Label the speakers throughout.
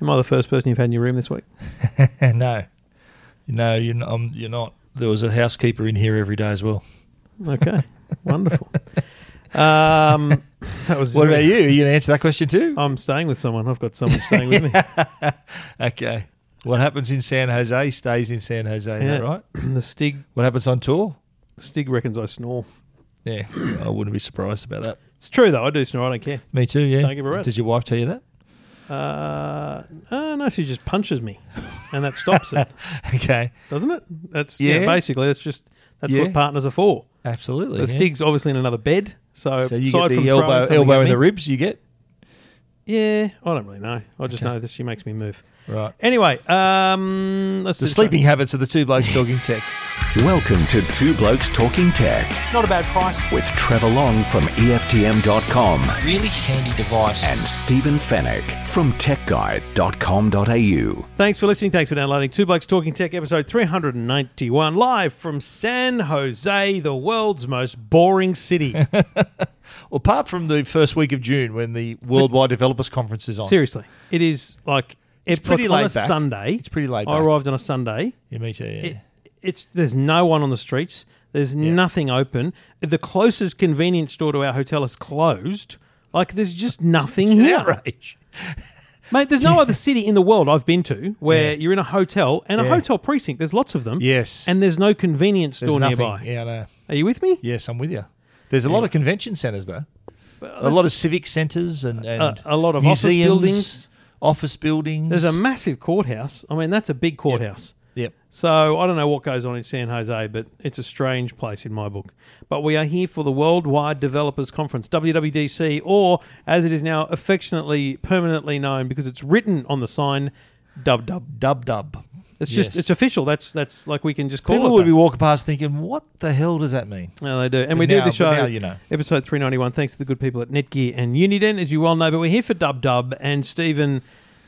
Speaker 1: Am I the first person you've had in your room this week?
Speaker 2: no, no, you're not, um, you're not. There was a housekeeper in here every day as well.
Speaker 1: Okay, wonderful. Um, that was
Speaker 2: What about you? Are you going to answer that question too?
Speaker 1: I'm staying with someone. I've got someone staying with me.
Speaker 2: Oh. okay. What happens in San Jose stays in San Jose, is that
Speaker 1: Yeah.
Speaker 2: right?
Speaker 1: the Stig
Speaker 2: What happens on tour?
Speaker 1: Stig reckons I snore.
Speaker 2: Yeah, I wouldn't be surprised about that.
Speaker 1: It's true though. I do snore. I don't care.
Speaker 2: Me too, yeah.
Speaker 1: Don't give a rest.
Speaker 2: Did your wife tell you that?
Speaker 1: Uh, uh, no, she just punches me, and that stops it,
Speaker 2: Okay,
Speaker 1: doesn't it? That's yeah.
Speaker 2: Yeah.
Speaker 1: basically, that's just that's
Speaker 2: Yeah.
Speaker 1: what partners are for.
Speaker 2: absolutely.
Speaker 1: The
Speaker 2: yeah.
Speaker 1: Stig's obviously in another bed, so,
Speaker 2: So you
Speaker 1: aside
Speaker 2: get
Speaker 1: from
Speaker 2: the
Speaker 1: throwing
Speaker 2: elbow,
Speaker 1: something
Speaker 2: elbow
Speaker 1: at
Speaker 2: in the
Speaker 1: me-
Speaker 2: ribs. You get
Speaker 1: Yeah, I don't really know. I just
Speaker 2: Okay.
Speaker 1: know that she makes me move.
Speaker 2: right.
Speaker 1: Anyway, um, let's
Speaker 2: The
Speaker 1: do this
Speaker 2: sleeping habits of the two blokes talking tech.
Speaker 3: Welcome to Two Blokes Talking Tech
Speaker 4: Not a bad price.
Speaker 3: with Trevor Long from E EFTM.com
Speaker 4: Really handy device.
Speaker 3: and Stephen Fennec from TechGuide.com.au.
Speaker 1: one. Thanks for listening. Thanks for downloading Two Blokes Talking Tech, episode 391, live from San Jose, the world's most boring city.
Speaker 2: Well, apart from the first week of June when the Worldwide Developers Conference is on.
Speaker 1: Seriously, it is like it's
Speaker 2: pretty
Speaker 1: on a
Speaker 2: laid back.
Speaker 1: Sunday.
Speaker 2: It's pretty laid
Speaker 1: I
Speaker 2: back.
Speaker 1: arrived on a Sunday.
Speaker 2: Yeah, me too. Yeah.
Speaker 1: It, it's there's no one on the streets. There's nothing open. The closest convenience store to our hotel is closed. Like there's just nothing
Speaker 2: It's an
Speaker 1: here,
Speaker 2: outrage.
Speaker 1: mate. There's no other city in the world I've been to where
Speaker 2: Yeah.
Speaker 1: you're in a hotel and a
Speaker 2: Yeah.
Speaker 1: hotel precinct. There's lots of them.
Speaker 2: Yes.
Speaker 1: and there's no convenience
Speaker 2: There's
Speaker 1: store
Speaker 2: nothing.
Speaker 1: nearby.
Speaker 2: Yeah, I know.
Speaker 1: Are you with me?
Speaker 2: Yes, I'm with you. There's a lot of convention centres though. A lot of civic centres and, and
Speaker 1: A- a lot of office
Speaker 2: museums,
Speaker 1: buildings.
Speaker 2: Office buildings.
Speaker 1: There's a massive courthouse. I mean, that's a big courthouse.
Speaker 2: yep.
Speaker 1: So I don't know what goes on in San Jose, but it's a strange place in my book. But we are here for the Worldwide Developers Conference, WWDC, or as it is now affectionately, permanently known because it's written on the sign, Dub Dub.
Speaker 2: Dub dub.
Speaker 1: It's just
Speaker 2: Yes.
Speaker 1: it's official. That's that's like we can just call
Speaker 2: People
Speaker 1: it.
Speaker 2: would be
Speaker 1: that.
Speaker 2: walking past thinking, "What the hell does that mean?"
Speaker 1: No, they do, and
Speaker 2: But
Speaker 1: we
Speaker 2: now-
Speaker 1: do the
Speaker 2: but
Speaker 1: show.
Speaker 2: now you know.
Speaker 1: episode three ninety one. Thanks to the good people at Netgear and Uniden, as you well know. But we're here for Dub Dub and Stephen.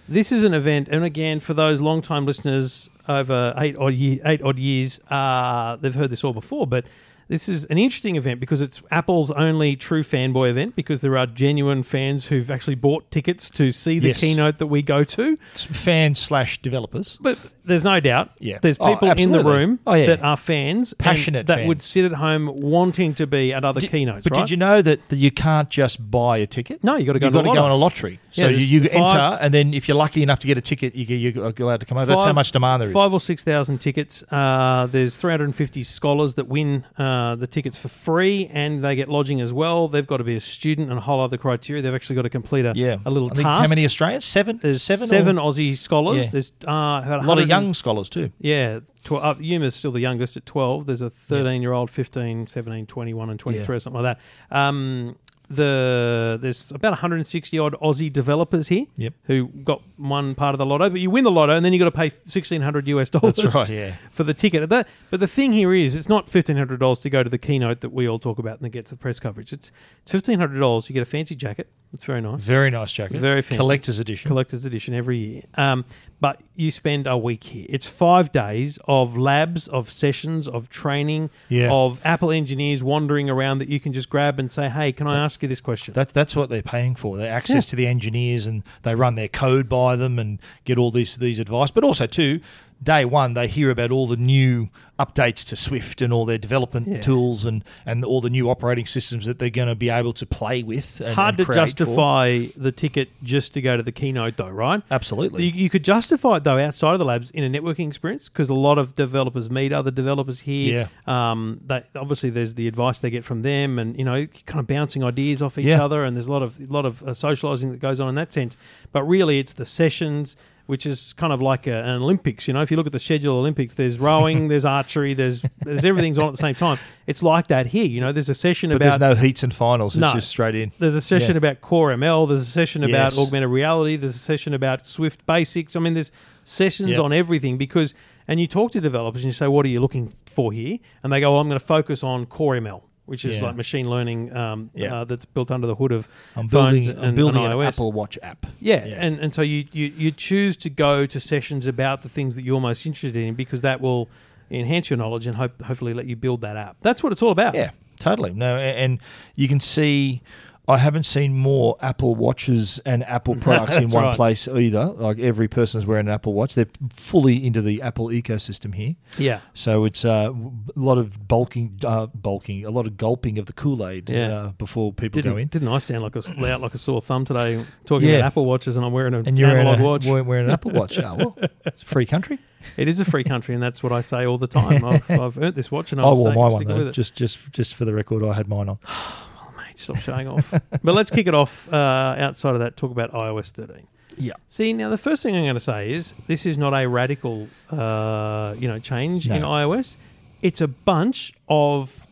Speaker 1: This is an event, and again, for those long time listeners over eight odd ye eight odd years, uh, they've heard this all before. But this is an interesting event because it's Apple's only true fanboy event because there are genuine fans who've actually bought tickets to see the
Speaker 2: Yes.
Speaker 1: keynote that we go to.
Speaker 2: It's Fans slash developers.
Speaker 1: But there's no doubt.
Speaker 2: Yeah.
Speaker 1: There's
Speaker 2: Oh,
Speaker 1: people in the
Speaker 2: absolutely.
Speaker 1: room
Speaker 2: Oh, yeah.
Speaker 1: that are fans, and
Speaker 2: Passionate
Speaker 1: that would
Speaker 2: fans.
Speaker 1: sit at home wanting to be at other
Speaker 2: Did-
Speaker 1: keynotes.
Speaker 2: But
Speaker 1: right?
Speaker 2: did you know that, that you can't just buy a ticket?
Speaker 1: No, you gotta go
Speaker 2: You've
Speaker 1: to
Speaker 2: got to
Speaker 1: the
Speaker 2: go
Speaker 1: lotto.
Speaker 2: on a lottery. So
Speaker 1: Yeah,
Speaker 2: you,
Speaker 1: there's
Speaker 2: you
Speaker 1: five-
Speaker 2: enter, and then if you're lucky enough to get a ticket, you, get- you're allowed to come over. That's how
Speaker 1: Five-
Speaker 2: much demand there is.
Speaker 1: Five or six thousand tickets. Uh, there's 350 scholars that win uh, the tickets for free, and they get lodging as well. They've got to be a student and a whole other criteria. They've actually got to complete a,
Speaker 2: yeah,
Speaker 1: a little
Speaker 2: I
Speaker 1: task.
Speaker 2: think How many Australians? Seven.
Speaker 1: There's
Speaker 2: seven.
Speaker 1: seven,
Speaker 2: or-
Speaker 1: Aussie scholars.
Speaker 2: Yeah.
Speaker 1: There's uh, about
Speaker 2: a lot
Speaker 1: 100
Speaker 2: of young scholars too.
Speaker 1: Yeah, tw- uh, Yuma's still the youngest at 12. There's a 13 year old, 15, 17, 21, and 23
Speaker 2: Yeah.
Speaker 1: or something like that. Um, the There's about 160 odd Aussie developers here
Speaker 2: Yep.
Speaker 1: who got one part of the lotto, but you win the lotto and then you got to pay 1600 US dollars
Speaker 2: That's right, yeah.
Speaker 1: for the ticket. That, but the thing here is, it's not $1,500 to go to the keynote that we all talk about and that gets the press coverage. It's, it's $1,500. You get a fancy jacket. It's very nice
Speaker 2: Very nice jacket.
Speaker 1: Very fancy.
Speaker 2: collector's edition.
Speaker 1: collector's edition every year. Um, but you spend a week here. It's five days of labs, of sessions, of training,
Speaker 2: Yeah.
Speaker 1: of Apple engineers wandering around that you can just grab and say, "Hey, can I ask you this question?"
Speaker 2: That's that's what they're paying for. Their access to the engineers and they run their code by them and get all these these advice. But also too, day one they hear about all the new updates to Swift and all their development
Speaker 1: Yeah.
Speaker 2: tools and and all the new operating systems that they're going to be able to play with. And,
Speaker 1: Hard
Speaker 2: and
Speaker 1: to
Speaker 2: create for.
Speaker 1: justify the ticket just to go to the keynote, though, right?
Speaker 2: Absolutely.
Speaker 1: You, you could justify it though outside of the labs in a networking experience because a lot of developers meet other developers here. Yeah. Um, they, obviously, there's the advice they get from them, and you know, kind of bouncing ideas off each
Speaker 2: Yeah.
Speaker 1: other, and there's a lot of lot of uh, socializing that goes on in that sense. But really, it's the sessions. Which is kind of like a, an Olympics, you know. If you look at the schedule of Olympics, there's rowing, there's archery, there's there's everything's on at the same time. It's like that here, you know. There's a session
Speaker 2: but
Speaker 1: about
Speaker 2: there's no heats and finals. It's
Speaker 1: No.
Speaker 2: just straight in.
Speaker 1: there's a session
Speaker 2: Yeah.
Speaker 1: about Core ML. There's a session about
Speaker 2: Yes.
Speaker 1: augmented reality. There's a session about Swift basics. I mean, there's sessions
Speaker 2: Yep.
Speaker 1: on everything because, and you talk to developers and you say, what are you looking for here? And they go, well, I'm going to focus on Core ML, which is
Speaker 2: Yeah.
Speaker 1: like machine learning um,
Speaker 2: Yeah.
Speaker 1: uh, that's built under the hood of
Speaker 2: I'm
Speaker 1: phones
Speaker 2: building, I'm
Speaker 1: and, and
Speaker 2: building an
Speaker 1: iOS.
Speaker 2: Apple Watch app.
Speaker 1: Yeah, And, and so you, you, you choose to go to sessions about the things that you're most interested in because that will enhance your knowledge and hope, hopefully let you build that app. That's what it's all about.
Speaker 2: Yeah, totally. No, a- and you can see. I haven't seen more Apple watches and Apple products in
Speaker 1: That's
Speaker 2: one
Speaker 1: right.
Speaker 2: place either. Like every person's wearing an Apple watch. They're fully into the Apple ecosystem here.
Speaker 1: Yeah.
Speaker 2: So it's uh, w- a lot of bulking, uh, bulking, a lot of gulping of the Kool Aid
Speaker 1: Yeah.
Speaker 2: uh, before people
Speaker 1: Didn't,
Speaker 2: go in.
Speaker 1: didn't I sound like a, s- out like a sore thumb today talking
Speaker 2: Yeah.
Speaker 1: about Apple watches and I'm wearing an
Speaker 2: and you're wearing,
Speaker 1: analog
Speaker 2: a,
Speaker 1: watch?
Speaker 2: we're wearing an Apple Watch. Oh, well, it's a free country.
Speaker 1: It is a free country, and that's what I say all the time. I've, I've earned this watch, and
Speaker 2: I
Speaker 1: I'll
Speaker 2: wore
Speaker 1: stay-
Speaker 2: my one
Speaker 1: stick with
Speaker 2: though.
Speaker 1: it.
Speaker 2: Just, just, just for the record, I had mine on.
Speaker 1: Oh, mate, stop showing off. but let's kick it off. Uh, outside of that, talk about iOS 13.
Speaker 2: Yeah.
Speaker 1: See, now the first thing I'm going to say is this is not a radical, uh, you know, change in
Speaker 2: No.
Speaker 1: iOS. It's a bunch of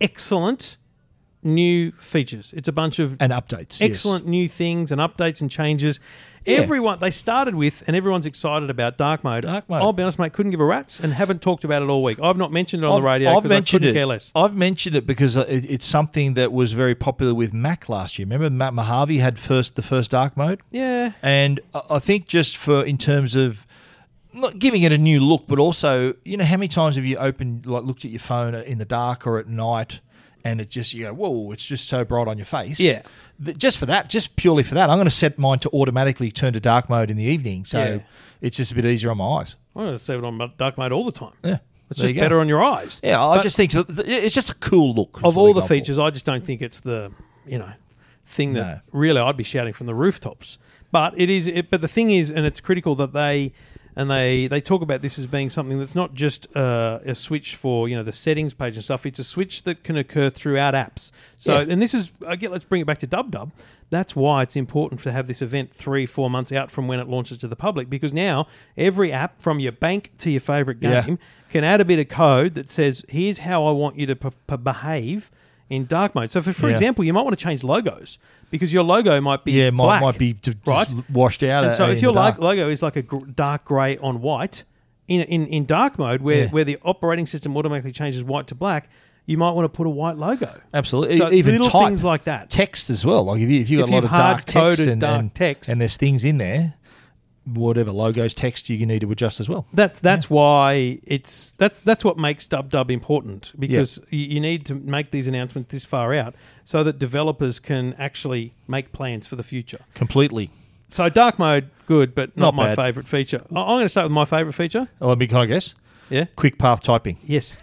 Speaker 1: excellent new features. It's a bunch of
Speaker 2: And updates. yes.
Speaker 1: excellent new things and updates and changes.
Speaker 2: Yeah.
Speaker 1: Everyone they started with, and everyone's excited about dark mode.
Speaker 2: Dark mode.
Speaker 1: I'll be honest, mate, couldn't give a rat's, and haven't talked about it all week. I've not mentioned it on
Speaker 2: I've-
Speaker 1: the radio
Speaker 2: I've
Speaker 1: because I
Speaker 2: mentioned
Speaker 1: couldn't
Speaker 2: it.
Speaker 1: care less.
Speaker 2: I've mentioned it because uh, it, it's something that was very popular with Mac last year. Remember, Matt Mojave had first the first dark mode,
Speaker 1: yeah,
Speaker 2: and I I think just for in terms of not giving it a new look, but also you know how many times have you opened like looked at your phone in the dark or at night, and it just you go whoa, it's just so bright on your face.
Speaker 1: Yeah.
Speaker 2: Th- just for that, just purely for that, I'm going to set mine to automatically turn to dark mode in the evening, so
Speaker 1: Yeah.
Speaker 2: it's just a bit easier on my eyes.
Speaker 1: I'm going to save it on dark mode all the time.
Speaker 2: Yeah,
Speaker 1: It's
Speaker 2: There
Speaker 1: just
Speaker 2: you go.
Speaker 1: better on your eyes.
Speaker 2: Yeah, I
Speaker 1: But
Speaker 2: just think that- it's just a cool look.
Speaker 1: of all the
Speaker 2: features.
Speaker 1: features, I just don't think it's the you know thing that
Speaker 2: No.
Speaker 1: really I'd be shouting from the rooftops. But it is. It, but the thing is, and it's critical that they and they they talk about this as being something that's not just uh, a switch for you know the settings page and stuff. It's a switch that can occur throughout apps. So
Speaker 2: Yeah.
Speaker 1: and this is again, let's bring it back to Dub Dub. That's why it's important to have this event three four months out from when it launches to the public because now every app from your bank to your favorite
Speaker 2: Yeah.
Speaker 1: game can add a bit of code that says, "Here's how I want you to p- p- behave in dark mode." So, for, for
Speaker 2: Yeah.
Speaker 1: example, you might want to change logos because your logo might be
Speaker 2: Yeah, might,
Speaker 1: black,
Speaker 2: might be d- just
Speaker 1: right.
Speaker 2: washed out.
Speaker 1: And so,
Speaker 2: uh,
Speaker 1: if
Speaker 2: in
Speaker 1: your
Speaker 2: the
Speaker 1: lo-
Speaker 2: dark.
Speaker 1: logo is like a gr- dark grey on white in in, in dark mode, where
Speaker 2: Yeah.
Speaker 1: where the operating system automatically changes white to black, you might want to put a white logo.
Speaker 2: absolutely,
Speaker 1: so
Speaker 2: Uh, e-, even
Speaker 1: little
Speaker 2: type,
Speaker 1: things like that.
Speaker 2: text as well. Like if you if you
Speaker 1: If
Speaker 2: got a lot
Speaker 1: you've
Speaker 2: of dark text
Speaker 1: hard-coded
Speaker 2: and,
Speaker 1: dark
Speaker 2: and
Speaker 1: text.
Speaker 2: and there's things in there, whatever logos text you need to adjust as well.
Speaker 1: That's that's why it's that's that's what makes Dub Dub important because you, you need to make these announcements this far out so that developers can actually make plans for the future.
Speaker 2: Completely.
Speaker 1: So dark mode, good, but not,
Speaker 2: Not
Speaker 1: my
Speaker 2: bad.
Speaker 1: favorite feature. I- I'm going to start with my favorite feature.
Speaker 2: Oh, Let me can I guess?
Speaker 1: Yeah.
Speaker 2: Quick path typing.
Speaker 1: Yes.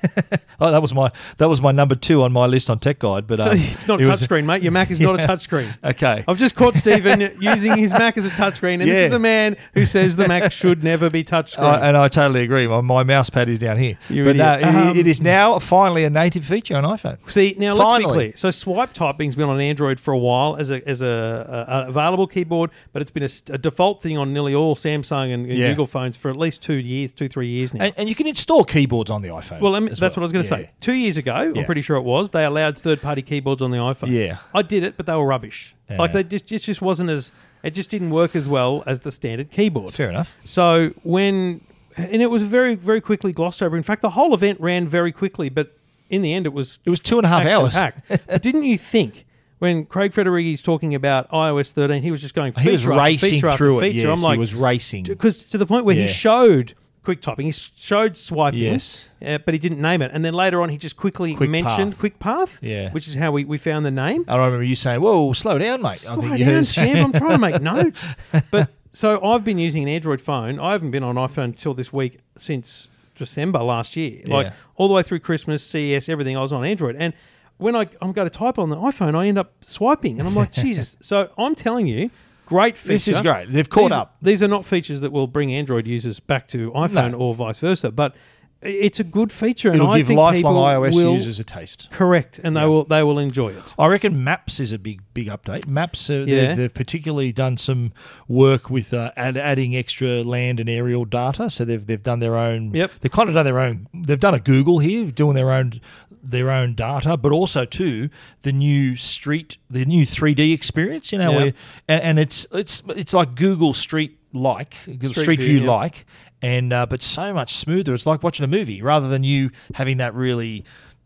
Speaker 2: Oh, that was my that was my number two on my list on Tech Guide. But
Speaker 1: So
Speaker 2: um,
Speaker 1: it's not Oh, a
Speaker 2: it was-
Speaker 1: touchscreen, mate. Your Mac is not a touchscreen.
Speaker 2: Okay.
Speaker 1: I've just caught Stephen using his Mac as a touchscreen, and this
Speaker 2: Yeah.
Speaker 1: is the man who says the Mac should never be touchscreen.
Speaker 2: I- and I totally agree. My, my mouse pad is down here.
Speaker 1: You
Speaker 2: but
Speaker 1: idiot.
Speaker 2: no, it-
Speaker 1: Um,
Speaker 2: it is now finally a native feature on iPhone.
Speaker 1: See now, let's be
Speaker 2: Finally.
Speaker 1: clear. So swipe typing's been on Android for a while as a as a, a, a available keyboard, but it's been a, s- a default thing on nearly all Samsung and, and
Speaker 2: Yeah.
Speaker 1: Google phones for at least two years, two three years now.
Speaker 2: And, and you can install keyboards on the iPhone.
Speaker 1: well, let me-
Speaker 2: as
Speaker 1: that's what I was going to
Speaker 2: Yeah.
Speaker 1: say. Two years ago,
Speaker 2: Yeah.
Speaker 1: I'm pretty sure it was. They allowed third party keyboards on the iPhone.
Speaker 2: Yeah.
Speaker 1: I did it, but they were rubbish.
Speaker 2: Yeah.
Speaker 1: Like they just it just wasn't as it just didn't work as well as the standard keyboard.
Speaker 2: Fair enough.
Speaker 1: So when and it was very very quickly glossed over. In fact, the whole event ran very quickly, but in the end, it was
Speaker 2: It was two and a half hours.
Speaker 1: action-packed. But didn't you think when Craig Federighi's talking about iOS 13, he was just going feature
Speaker 2: He was
Speaker 1: after
Speaker 2: racing
Speaker 1: feature after
Speaker 2: through it.
Speaker 1: feature.
Speaker 2: yes,
Speaker 1: I'm like,
Speaker 2: he was racing.
Speaker 1: because to the point where
Speaker 2: Yeah.
Speaker 1: he showed quick typing, he s- showed swiping,
Speaker 2: Yes.
Speaker 1: uh, but he didn't name it. And then later on, he just quickly
Speaker 2: Quick
Speaker 1: mentioned
Speaker 2: path.
Speaker 1: Quick Path,
Speaker 2: Yeah.
Speaker 1: which is how we, we found the name.
Speaker 2: I remember you saying, "Whoa, slow down, mate." I
Speaker 1: Slow
Speaker 2: you
Speaker 1: down,
Speaker 2: heard-
Speaker 1: champ. I'm trying to make notes. But so I've been using an Android phone. I haven't been on iPhone until this week since December last year. Like
Speaker 2: Yeah.
Speaker 1: all the way through Christmas, CES, everything. I was on Android, and when I, I'm going to type on the iPhone, I end up swiping, and I'm like, Jesus. So I'm telling you, great feature.
Speaker 2: This is great. They've caught
Speaker 1: These-
Speaker 2: up.
Speaker 1: These are not features that will bring Android users back to iPhone
Speaker 2: No.
Speaker 1: or vice versa, but i- it's a good feature, and
Speaker 2: It'll
Speaker 1: I
Speaker 2: give
Speaker 1: think
Speaker 2: lifelong
Speaker 1: people
Speaker 2: iOS
Speaker 1: will
Speaker 2: users a taste.
Speaker 1: correct, and they will they will enjoy it.
Speaker 2: I reckon Maps is a big, big update. Maps, uh,
Speaker 1: Yeah.
Speaker 2: they've, they've particularly done some work with uh, add, adding extra land and aerial data. So they've they've done their own.
Speaker 1: Yep.
Speaker 2: They've kind of done their own. They've done a Google here, doing their own their own data, but also too the new street, the new 3D experience. You know,
Speaker 1: Yeah.
Speaker 2: where, and, and it's it's it's like Google Street like Street,
Speaker 1: View,
Speaker 2: View
Speaker 1: yeah.
Speaker 2: like, and uh, but so much smoother. It's like watching a movie rather than you having that really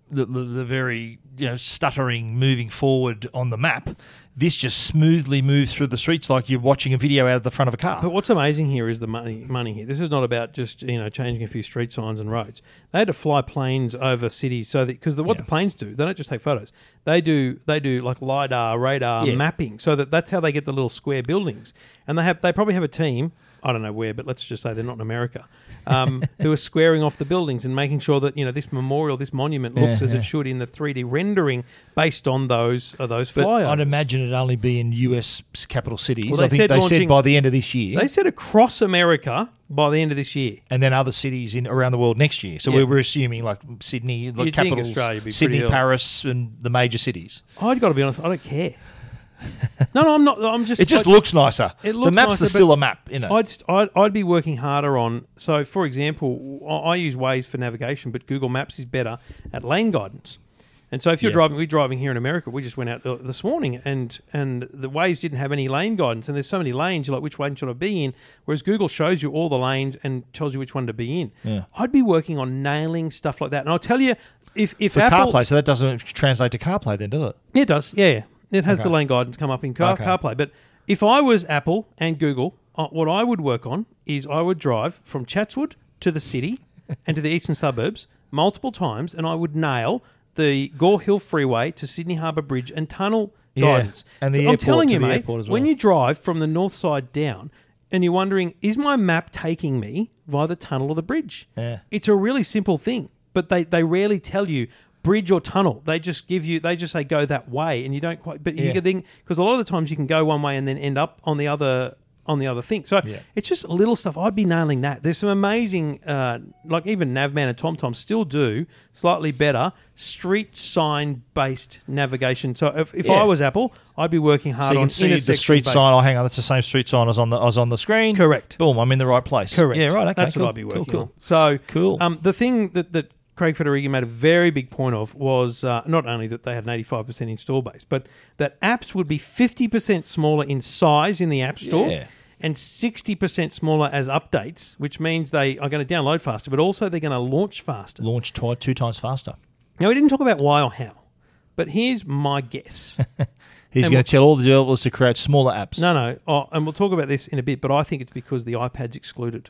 Speaker 2: the, the, the very you know stuttering moving forward on the map. This just smoothly moves through the streets like you're watching a video out of the front of a car.
Speaker 1: But what's amazing here is the money. Money here. This is not about just you know changing a few street signs and roads. They had to fly planes over cities so that because what the planes do, they don't just take photos. They do they do like lidar, radar
Speaker 2: Yeah.
Speaker 1: mapping, so that that's how they get the little square buildings. And they have they probably have a team. I don't know where, but let's just say they're not in America, um, who are squaring off the buildings and making sure that you know this memorial, this monument looks as it should in the three D rendering based on those uh, those
Speaker 2: But
Speaker 1: flyovers.
Speaker 2: I'd imagine it'd only be in US capital cities.
Speaker 1: Well, they
Speaker 2: I think
Speaker 1: said
Speaker 2: they
Speaker 1: launching-
Speaker 2: said by the end of this year,
Speaker 1: they said across America by the end of this year.
Speaker 2: and then other cities in around the world next year. So
Speaker 1: Yeah.
Speaker 2: we were assuming like Sydney, like
Speaker 1: You'd think
Speaker 2: capitals,
Speaker 1: Australia'd be
Speaker 2: Sydney,
Speaker 1: pretty ill.
Speaker 2: Paris, and the major cities.
Speaker 1: I've got to be honest. I don't care. no, no, I'm not. I'm just.
Speaker 2: It just
Speaker 1: I,
Speaker 2: looks nicer.
Speaker 1: It
Speaker 2: the
Speaker 1: looks
Speaker 2: map's
Speaker 1: nicer,
Speaker 2: the
Speaker 1: but
Speaker 2: still a map, you know.
Speaker 1: I'd, st- I'd I'd be working harder on. So, for example, I I use Waze for navigation, but Google Maps is better at lane guidance. And so, if you're
Speaker 2: Yeah.
Speaker 1: driving, we're driving here in America. We just went out uh, this morning, and and the Waze didn't have any lane guidance. And there's so many lanes. You're like, which one should I be in? Whereas Google shows you all the lanes and tells you which one to be in.
Speaker 2: Yeah.
Speaker 1: I'd be working on nailing stuff like that. And I'll tell you, if if
Speaker 2: for
Speaker 1: Apple,
Speaker 2: CarPlay, so that doesn't translate to CarPlay, then does it?
Speaker 1: Yeah, It does. Yeah, yeah. it has the
Speaker 2: Okay.
Speaker 1: lane guidance come up in car,
Speaker 2: Okay.
Speaker 1: CarPlay. But if I was Apple and Google, uh, what I would work on is I would drive from Chatswood to the city and to the eastern suburbs multiple times, and I would nail the Gore Hill Freeway to Sydney Harbour Bridge and tunnel
Speaker 2: Yeah,
Speaker 1: guidance.
Speaker 2: and the
Speaker 1: I'm
Speaker 2: airport
Speaker 1: telling
Speaker 2: to
Speaker 1: you,
Speaker 2: the
Speaker 1: mate,
Speaker 2: airport as
Speaker 1: when
Speaker 2: well.
Speaker 1: you drive from the north side down. And you're wondering, is my map taking me via the tunnel or the bridge?
Speaker 2: Yeah.
Speaker 1: It's a really simple thing, but they, they rarely tell you bridge or tunnel. They just give you they just say go that way, and you don't quite. But you
Speaker 2: Yeah.
Speaker 1: can think because a lot of the times you can go one way and then end up on the other on the other thing. So
Speaker 2: Yeah.
Speaker 1: it's just little stuff. I'd be nailing that. There's some amazing uh, like even Navman and TomTom still do slightly better street sign based navigation. So if, if
Speaker 2: Yeah.
Speaker 1: I was Apple, I'd be working hard
Speaker 2: So you
Speaker 1: on
Speaker 2: can see the street
Speaker 1: intersection-based.
Speaker 2: sign. Oh, hang on, that's the same street sign as on the as on the screen.
Speaker 1: Correct.
Speaker 2: Boom, I'm in the right place.
Speaker 1: Correct.
Speaker 2: Yeah, right. Okay,
Speaker 1: That's
Speaker 2: cool,
Speaker 1: what I'd be
Speaker 2: cool,
Speaker 1: working
Speaker 2: cool.
Speaker 1: on. So
Speaker 2: Cool.
Speaker 1: Um, the thing that, that Craig Federighi made a very big point of was uh, not only that they had an 85% install base, but that apps would be 50% smaller in size in the App Store.
Speaker 2: Yeah.
Speaker 1: And 60% smaller as updates, which means they are going to download faster, but also they're going to launch faster.
Speaker 2: Launch twi- two times faster.
Speaker 1: Now, we didn't talk about why or how, but here's my guess.
Speaker 2: He's
Speaker 1: And
Speaker 2: going
Speaker 1: what-
Speaker 2: to tell all the developers to create smaller apps.
Speaker 1: no, no, oh, and we'll talk about this in a bit, but I think it's because the iPad's excluded.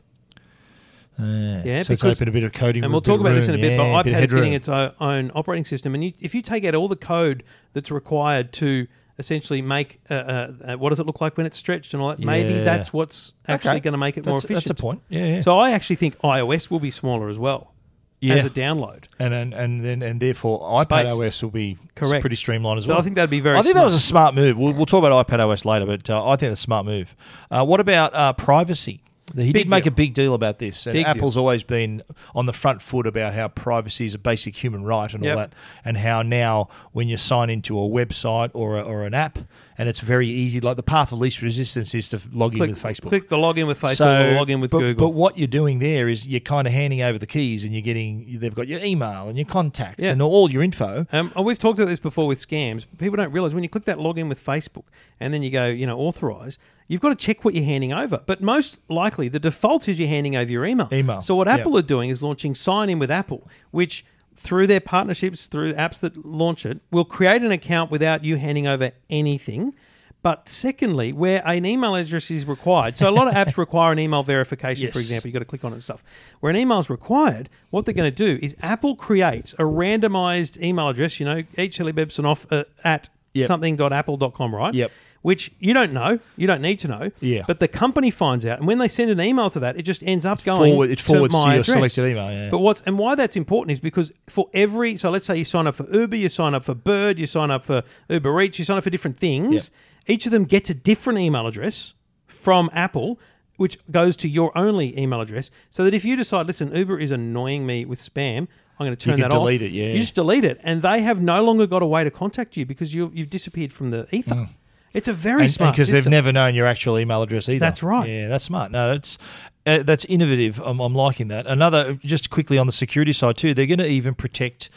Speaker 2: Yeah,
Speaker 1: Yeah,
Speaker 2: so it's
Speaker 1: because-
Speaker 2: open a bit of coding.
Speaker 1: And
Speaker 2: room,
Speaker 1: we'll talk
Speaker 2: of
Speaker 1: about this in
Speaker 2: room.
Speaker 1: a bit,
Speaker 2: Yeah,
Speaker 1: but
Speaker 2: bit of
Speaker 1: iPad's getting
Speaker 2: headroom.
Speaker 1: its o- own operating system. And you, if you take out all the code that's required to essentially make uh, uh, uh, what does it look like when it's stretched and all that, maybe
Speaker 2: Yeah.
Speaker 1: that's what's actually
Speaker 2: Okay.
Speaker 1: going to make it more
Speaker 2: That's-
Speaker 1: efficient.
Speaker 2: That's a point. Yeah. yeah.
Speaker 1: So I actually think iOS will be smaller as well
Speaker 2: Yeah.
Speaker 1: as a download.
Speaker 2: and and and then and therefore
Speaker 1: Space.
Speaker 2: iPad OS will be
Speaker 1: Correct.
Speaker 2: pretty streamlined as
Speaker 1: So
Speaker 2: well.
Speaker 1: I think that'd be very
Speaker 2: I think
Speaker 1: smart.
Speaker 2: that was a smart move. We'll, we'll talk about iPad OS later, but uh, I think that's a smart move. Uh, what about uh, privacy? He did
Speaker 1: Big
Speaker 2: make
Speaker 1: deal.
Speaker 2: a big deal about this, and
Speaker 1: Big deal.
Speaker 2: Apple's always been on the front foot about how privacy is a basic human right and
Speaker 1: Yep.
Speaker 2: all that, and how now when you sign into a website or a, or an app, and it's very easy. Like the path of least resistance is to log in
Speaker 1: Click,
Speaker 2: with Facebook
Speaker 1: click the login with Facebook or login with
Speaker 2: but,
Speaker 1: Google.
Speaker 2: But what you're doing there is you're kind of handing over the keys, and you're getting they've got your email and your contacts
Speaker 1: Yeah.
Speaker 2: and all your info.
Speaker 1: Um, and we've talked about this before with scams. but People don't realize when you click that login with Facebook and then you go, you know, authorize, you've got to check what you're handing over. But most likely, the default is you're handing over your email.
Speaker 2: Email,
Speaker 1: So what
Speaker 2: yeah.
Speaker 1: Apple are doing is launching Sign In with Apple, which through their partnerships, through apps that launch it, will create an account without you handing over anything. But secondly, where an email address is required, so a lot of apps require an email verification, for
Speaker 2: Yes.
Speaker 1: example. You've got to click on it and stuff. Where an email is required, what they're going to do is Apple creates a randomized email address, you know, hlebebsonoff uh, at
Speaker 2: Yep.
Speaker 1: something.apple.com, right?
Speaker 2: Yep.
Speaker 1: Which you don't know, you don't need to know.
Speaker 2: Yeah.
Speaker 1: But the company finds out, and when they send an email to that, it just ends up going
Speaker 2: Forward- it forwards
Speaker 1: my
Speaker 2: to your
Speaker 1: address.
Speaker 2: selected email, yeah.
Speaker 1: But what's and why that's important is because for every so let's say you sign up for Uber, you sign up for Bird, you sign up for Uber Eats, you sign up for different things. Each of them gets a different email address from Apple, which goes to your only email address. So that if you decide, listen, Uber is annoying me with spam, I'm going to turn
Speaker 2: can
Speaker 1: that off.
Speaker 2: delete it, yeah.
Speaker 1: You just delete it, and they have no longer got a way to contact you because you, you've disappeared from the ether.
Speaker 2: Mm.
Speaker 1: It's a very smart
Speaker 2: because they've
Speaker 1: system.
Speaker 2: never known your actual email address either.
Speaker 1: That's right.
Speaker 2: Yeah, that's smart. No, that's uh, that's innovative. I'm, I'm liking that. Another, just quickly on the security side too, they're going to even protect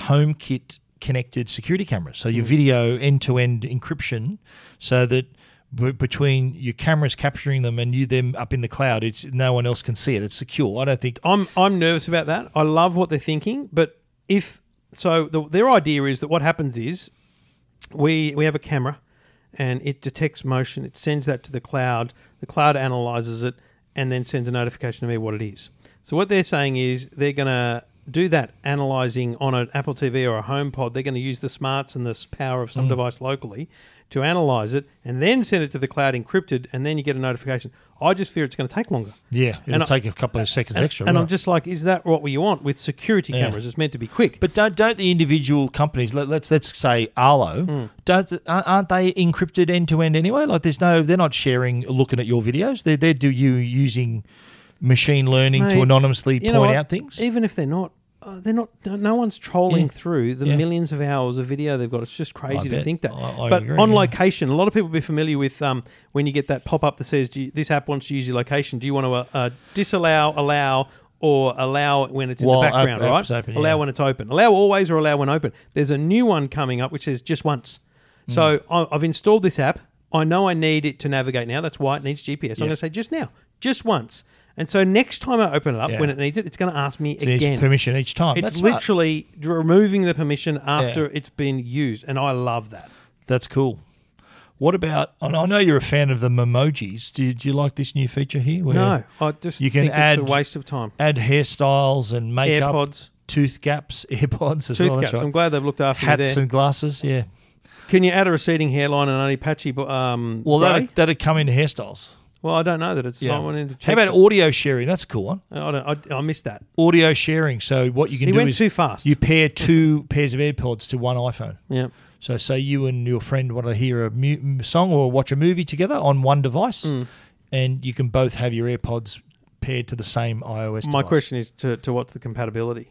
Speaker 2: HomeKit connected security cameras. So
Speaker 1: Mm.
Speaker 2: your video end to end encryption, so that. b- Between your cameras capturing them and you them up in the cloud, it's no one else can see it. It's secure. I don't think
Speaker 1: I'm I'm nervous about that. I love what they're thinking, but if so, the, their idea is that what happens is we we have a camera, and it detects motion. It sends that to the cloud. The cloud analyzes it and then sends a notification to me what it is. So what they're saying is they're going to do that analyzing on an Apple TV or a HomePod. They're going to use the smarts and the s- power of some device locally to analyze it and then send it to the cloud encrypted and then you get a notification. I just fear it's going to take longer.
Speaker 2: Yeah, it'll
Speaker 1: And I-
Speaker 2: take a couple of seconds
Speaker 1: And,
Speaker 2: extra.
Speaker 1: and
Speaker 2: won't
Speaker 1: I'm
Speaker 2: it?
Speaker 1: just like, is that what we want with security
Speaker 2: Yeah.
Speaker 1: cameras? It's meant to be quick.
Speaker 2: But don't don't the individual companies let, let's let's say Arlo
Speaker 1: Hmm.
Speaker 2: don't th- aren't aren't they encrypted end to end anyway? Like there's no they're not sharing looking at your videos. They they do you using machine learning to
Speaker 1: Mate,
Speaker 2: anonymously
Speaker 1: you
Speaker 2: point
Speaker 1: know what? E-
Speaker 2: out things.
Speaker 1: Even if they're not, uh, they're not. No, no one's trolling
Speaker 2: Yeah.
Speaker 1: through the
Speaker 2: Yeah.
Speaker 1: millions of hours of video they've got. It's just crazy to
Speaker 2: bet.
Speaker 1: think that.
Speaker 2: I- I
Speaker 1: but
Speaker 2: agree,
Speaker 1: on
Speaker 2: yeah.
Speaker 1: location, a lot of people will be familiar with um, when you get that pop up that says, do you, "This app wants to use your location. Do you want to uh, uh, disallow, allow?" Or allow when it's in
Speaker 2: While
Speaker 1: the
Speaker 2: app-
Speaker 1: background,
Speaker 2: app's
Speaker 1: right?
Speaker 2: open,
Speaker 1: allow
Speaker 2: yeah.
Speaker 1: when it's open. Allow always or allow when open. There's a new one coming up which says just once.
Speaker 2: Hmm.
Speaker 1: So I I've installed this app. I know I need it to navigate now. That's why it needs GPS. I'm going to say just now, just once. And so next time I open it up,
Speaker 2: Yeah.
Speaker 1: when it needs it, it's going to ask me
Speaker 2: There's
Speaker 1: again.
Speaker 2: permission each time.
Speaker 1: It's
Speaker 2: That's smart.
Speaker 1: literally d- removing the permission after
Speaker 2: Yeah.
Speaker 1: it's been used, and I love that.
Speaker 2: that's cool. What about? I know- I know you're a fan of the memojis. Do you, do you like this new feature here? Where
Speaker 1: No, I just
Speaker 2: You can
Speaker 1: think
Speaker 2: add
Speaker 1: it's a waste of time.
Speaker 2: add hairstyles and makeup,
Speaker 1: AirPods.
Speaker 2: tooth gaps, AirPods as
Speaker 1: Tooth
Speaker 2: well. that's
Speaker 1: caps.
Speaker 2: right.
Speaker 1: I'm glad they've looked after me
Speaker 2: hats
Speaker 1: there.
Speaker 2: and glasses. Yeah.
Speaker 1: Can you add a receding hairline and only patchy? bo- Um,
Speaker 2: Well,
Speaker 1: grey?
Speaker 2: that that'd come in hairstyles.
Speaker 1: well, I don't know that it's. I went in to
Speaker 2: How
Speaker 1: check
Speaker 2: about audio sharing? That's a cool one.
Speaker 1: Uh, I, don't, I, I missed that.
Speaker 2: Audio sharing. So what you can
Speaker 1: He
Speaker 2: do
Speaker 1: went
Speaker 2: is
Speaker 1: too fast.
Speaker 2: you pair two pairs of AirPods to one iPhone.
Speaker 1: Yeah.
Speaker 2: So say you and your friend want to hear a mu- m- song or watch a movie together on one device,
Speaker 1: Hmm.
Speaker 2: and you can both have your AirPods paired to the same iOS.
Speaker 1: My
Speaker 2: device.
Speaker 1: question is to, to what's the compatibility?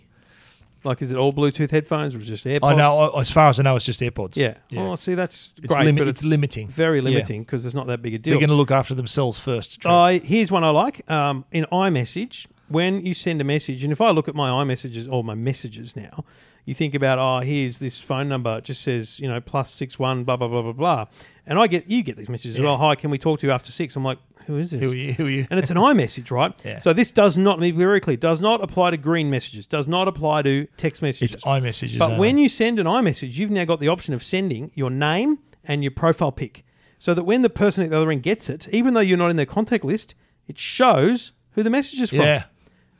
Speaker 1: Like, is it all Bluetooth headphones or is it just AirPods?
Speaker 2: I know. I- As far as I know, it's just AirPods.
Speaker 1: Yeah.
Speaker 2: Yeah.
Speaker 1: Oh, see, that's
Speaker 2: It's
Speaker 1: great.
Speaker 2: limi-
Speaker 1: but
Speaker 2: it's limiting.
Speaker 1: Very
Speaker 2: Yeah.
Speaker 1: limiting because it's not that big a
Speaker 2: They're
Speaker 1: deal.
Speaker 2: going to look after themselves first. Trev.
Speaker 1: I here's one I like um, in iMessage. When you send a message, and if I look at my iMessages or my messages now, you think about oh, here's this phone number. It just says you know plus six one blah blah blah blah blah, and I get you get these messages as well. Hi, can we talk to you after six? I'm like, who is this?
Speaker 2: who are you? Who are you?
Speaker 1: Oh, and it's an iMessage, right?
Speaker 2: Yeah.
Speaker 1: So this does not, let me be very clear, does not apply to green messages, does not apply to text messages.
Speaker 2: It's iMessages.
Speaker 1: But
Speaker 2: only.
Speaker 1: when you send an iMessage, you've now got the option of sending your name and your profile pic. So that when the person at the other end gets it, even though you're not in their contact list, it shows who the message is from.
Speaker 2: yeah,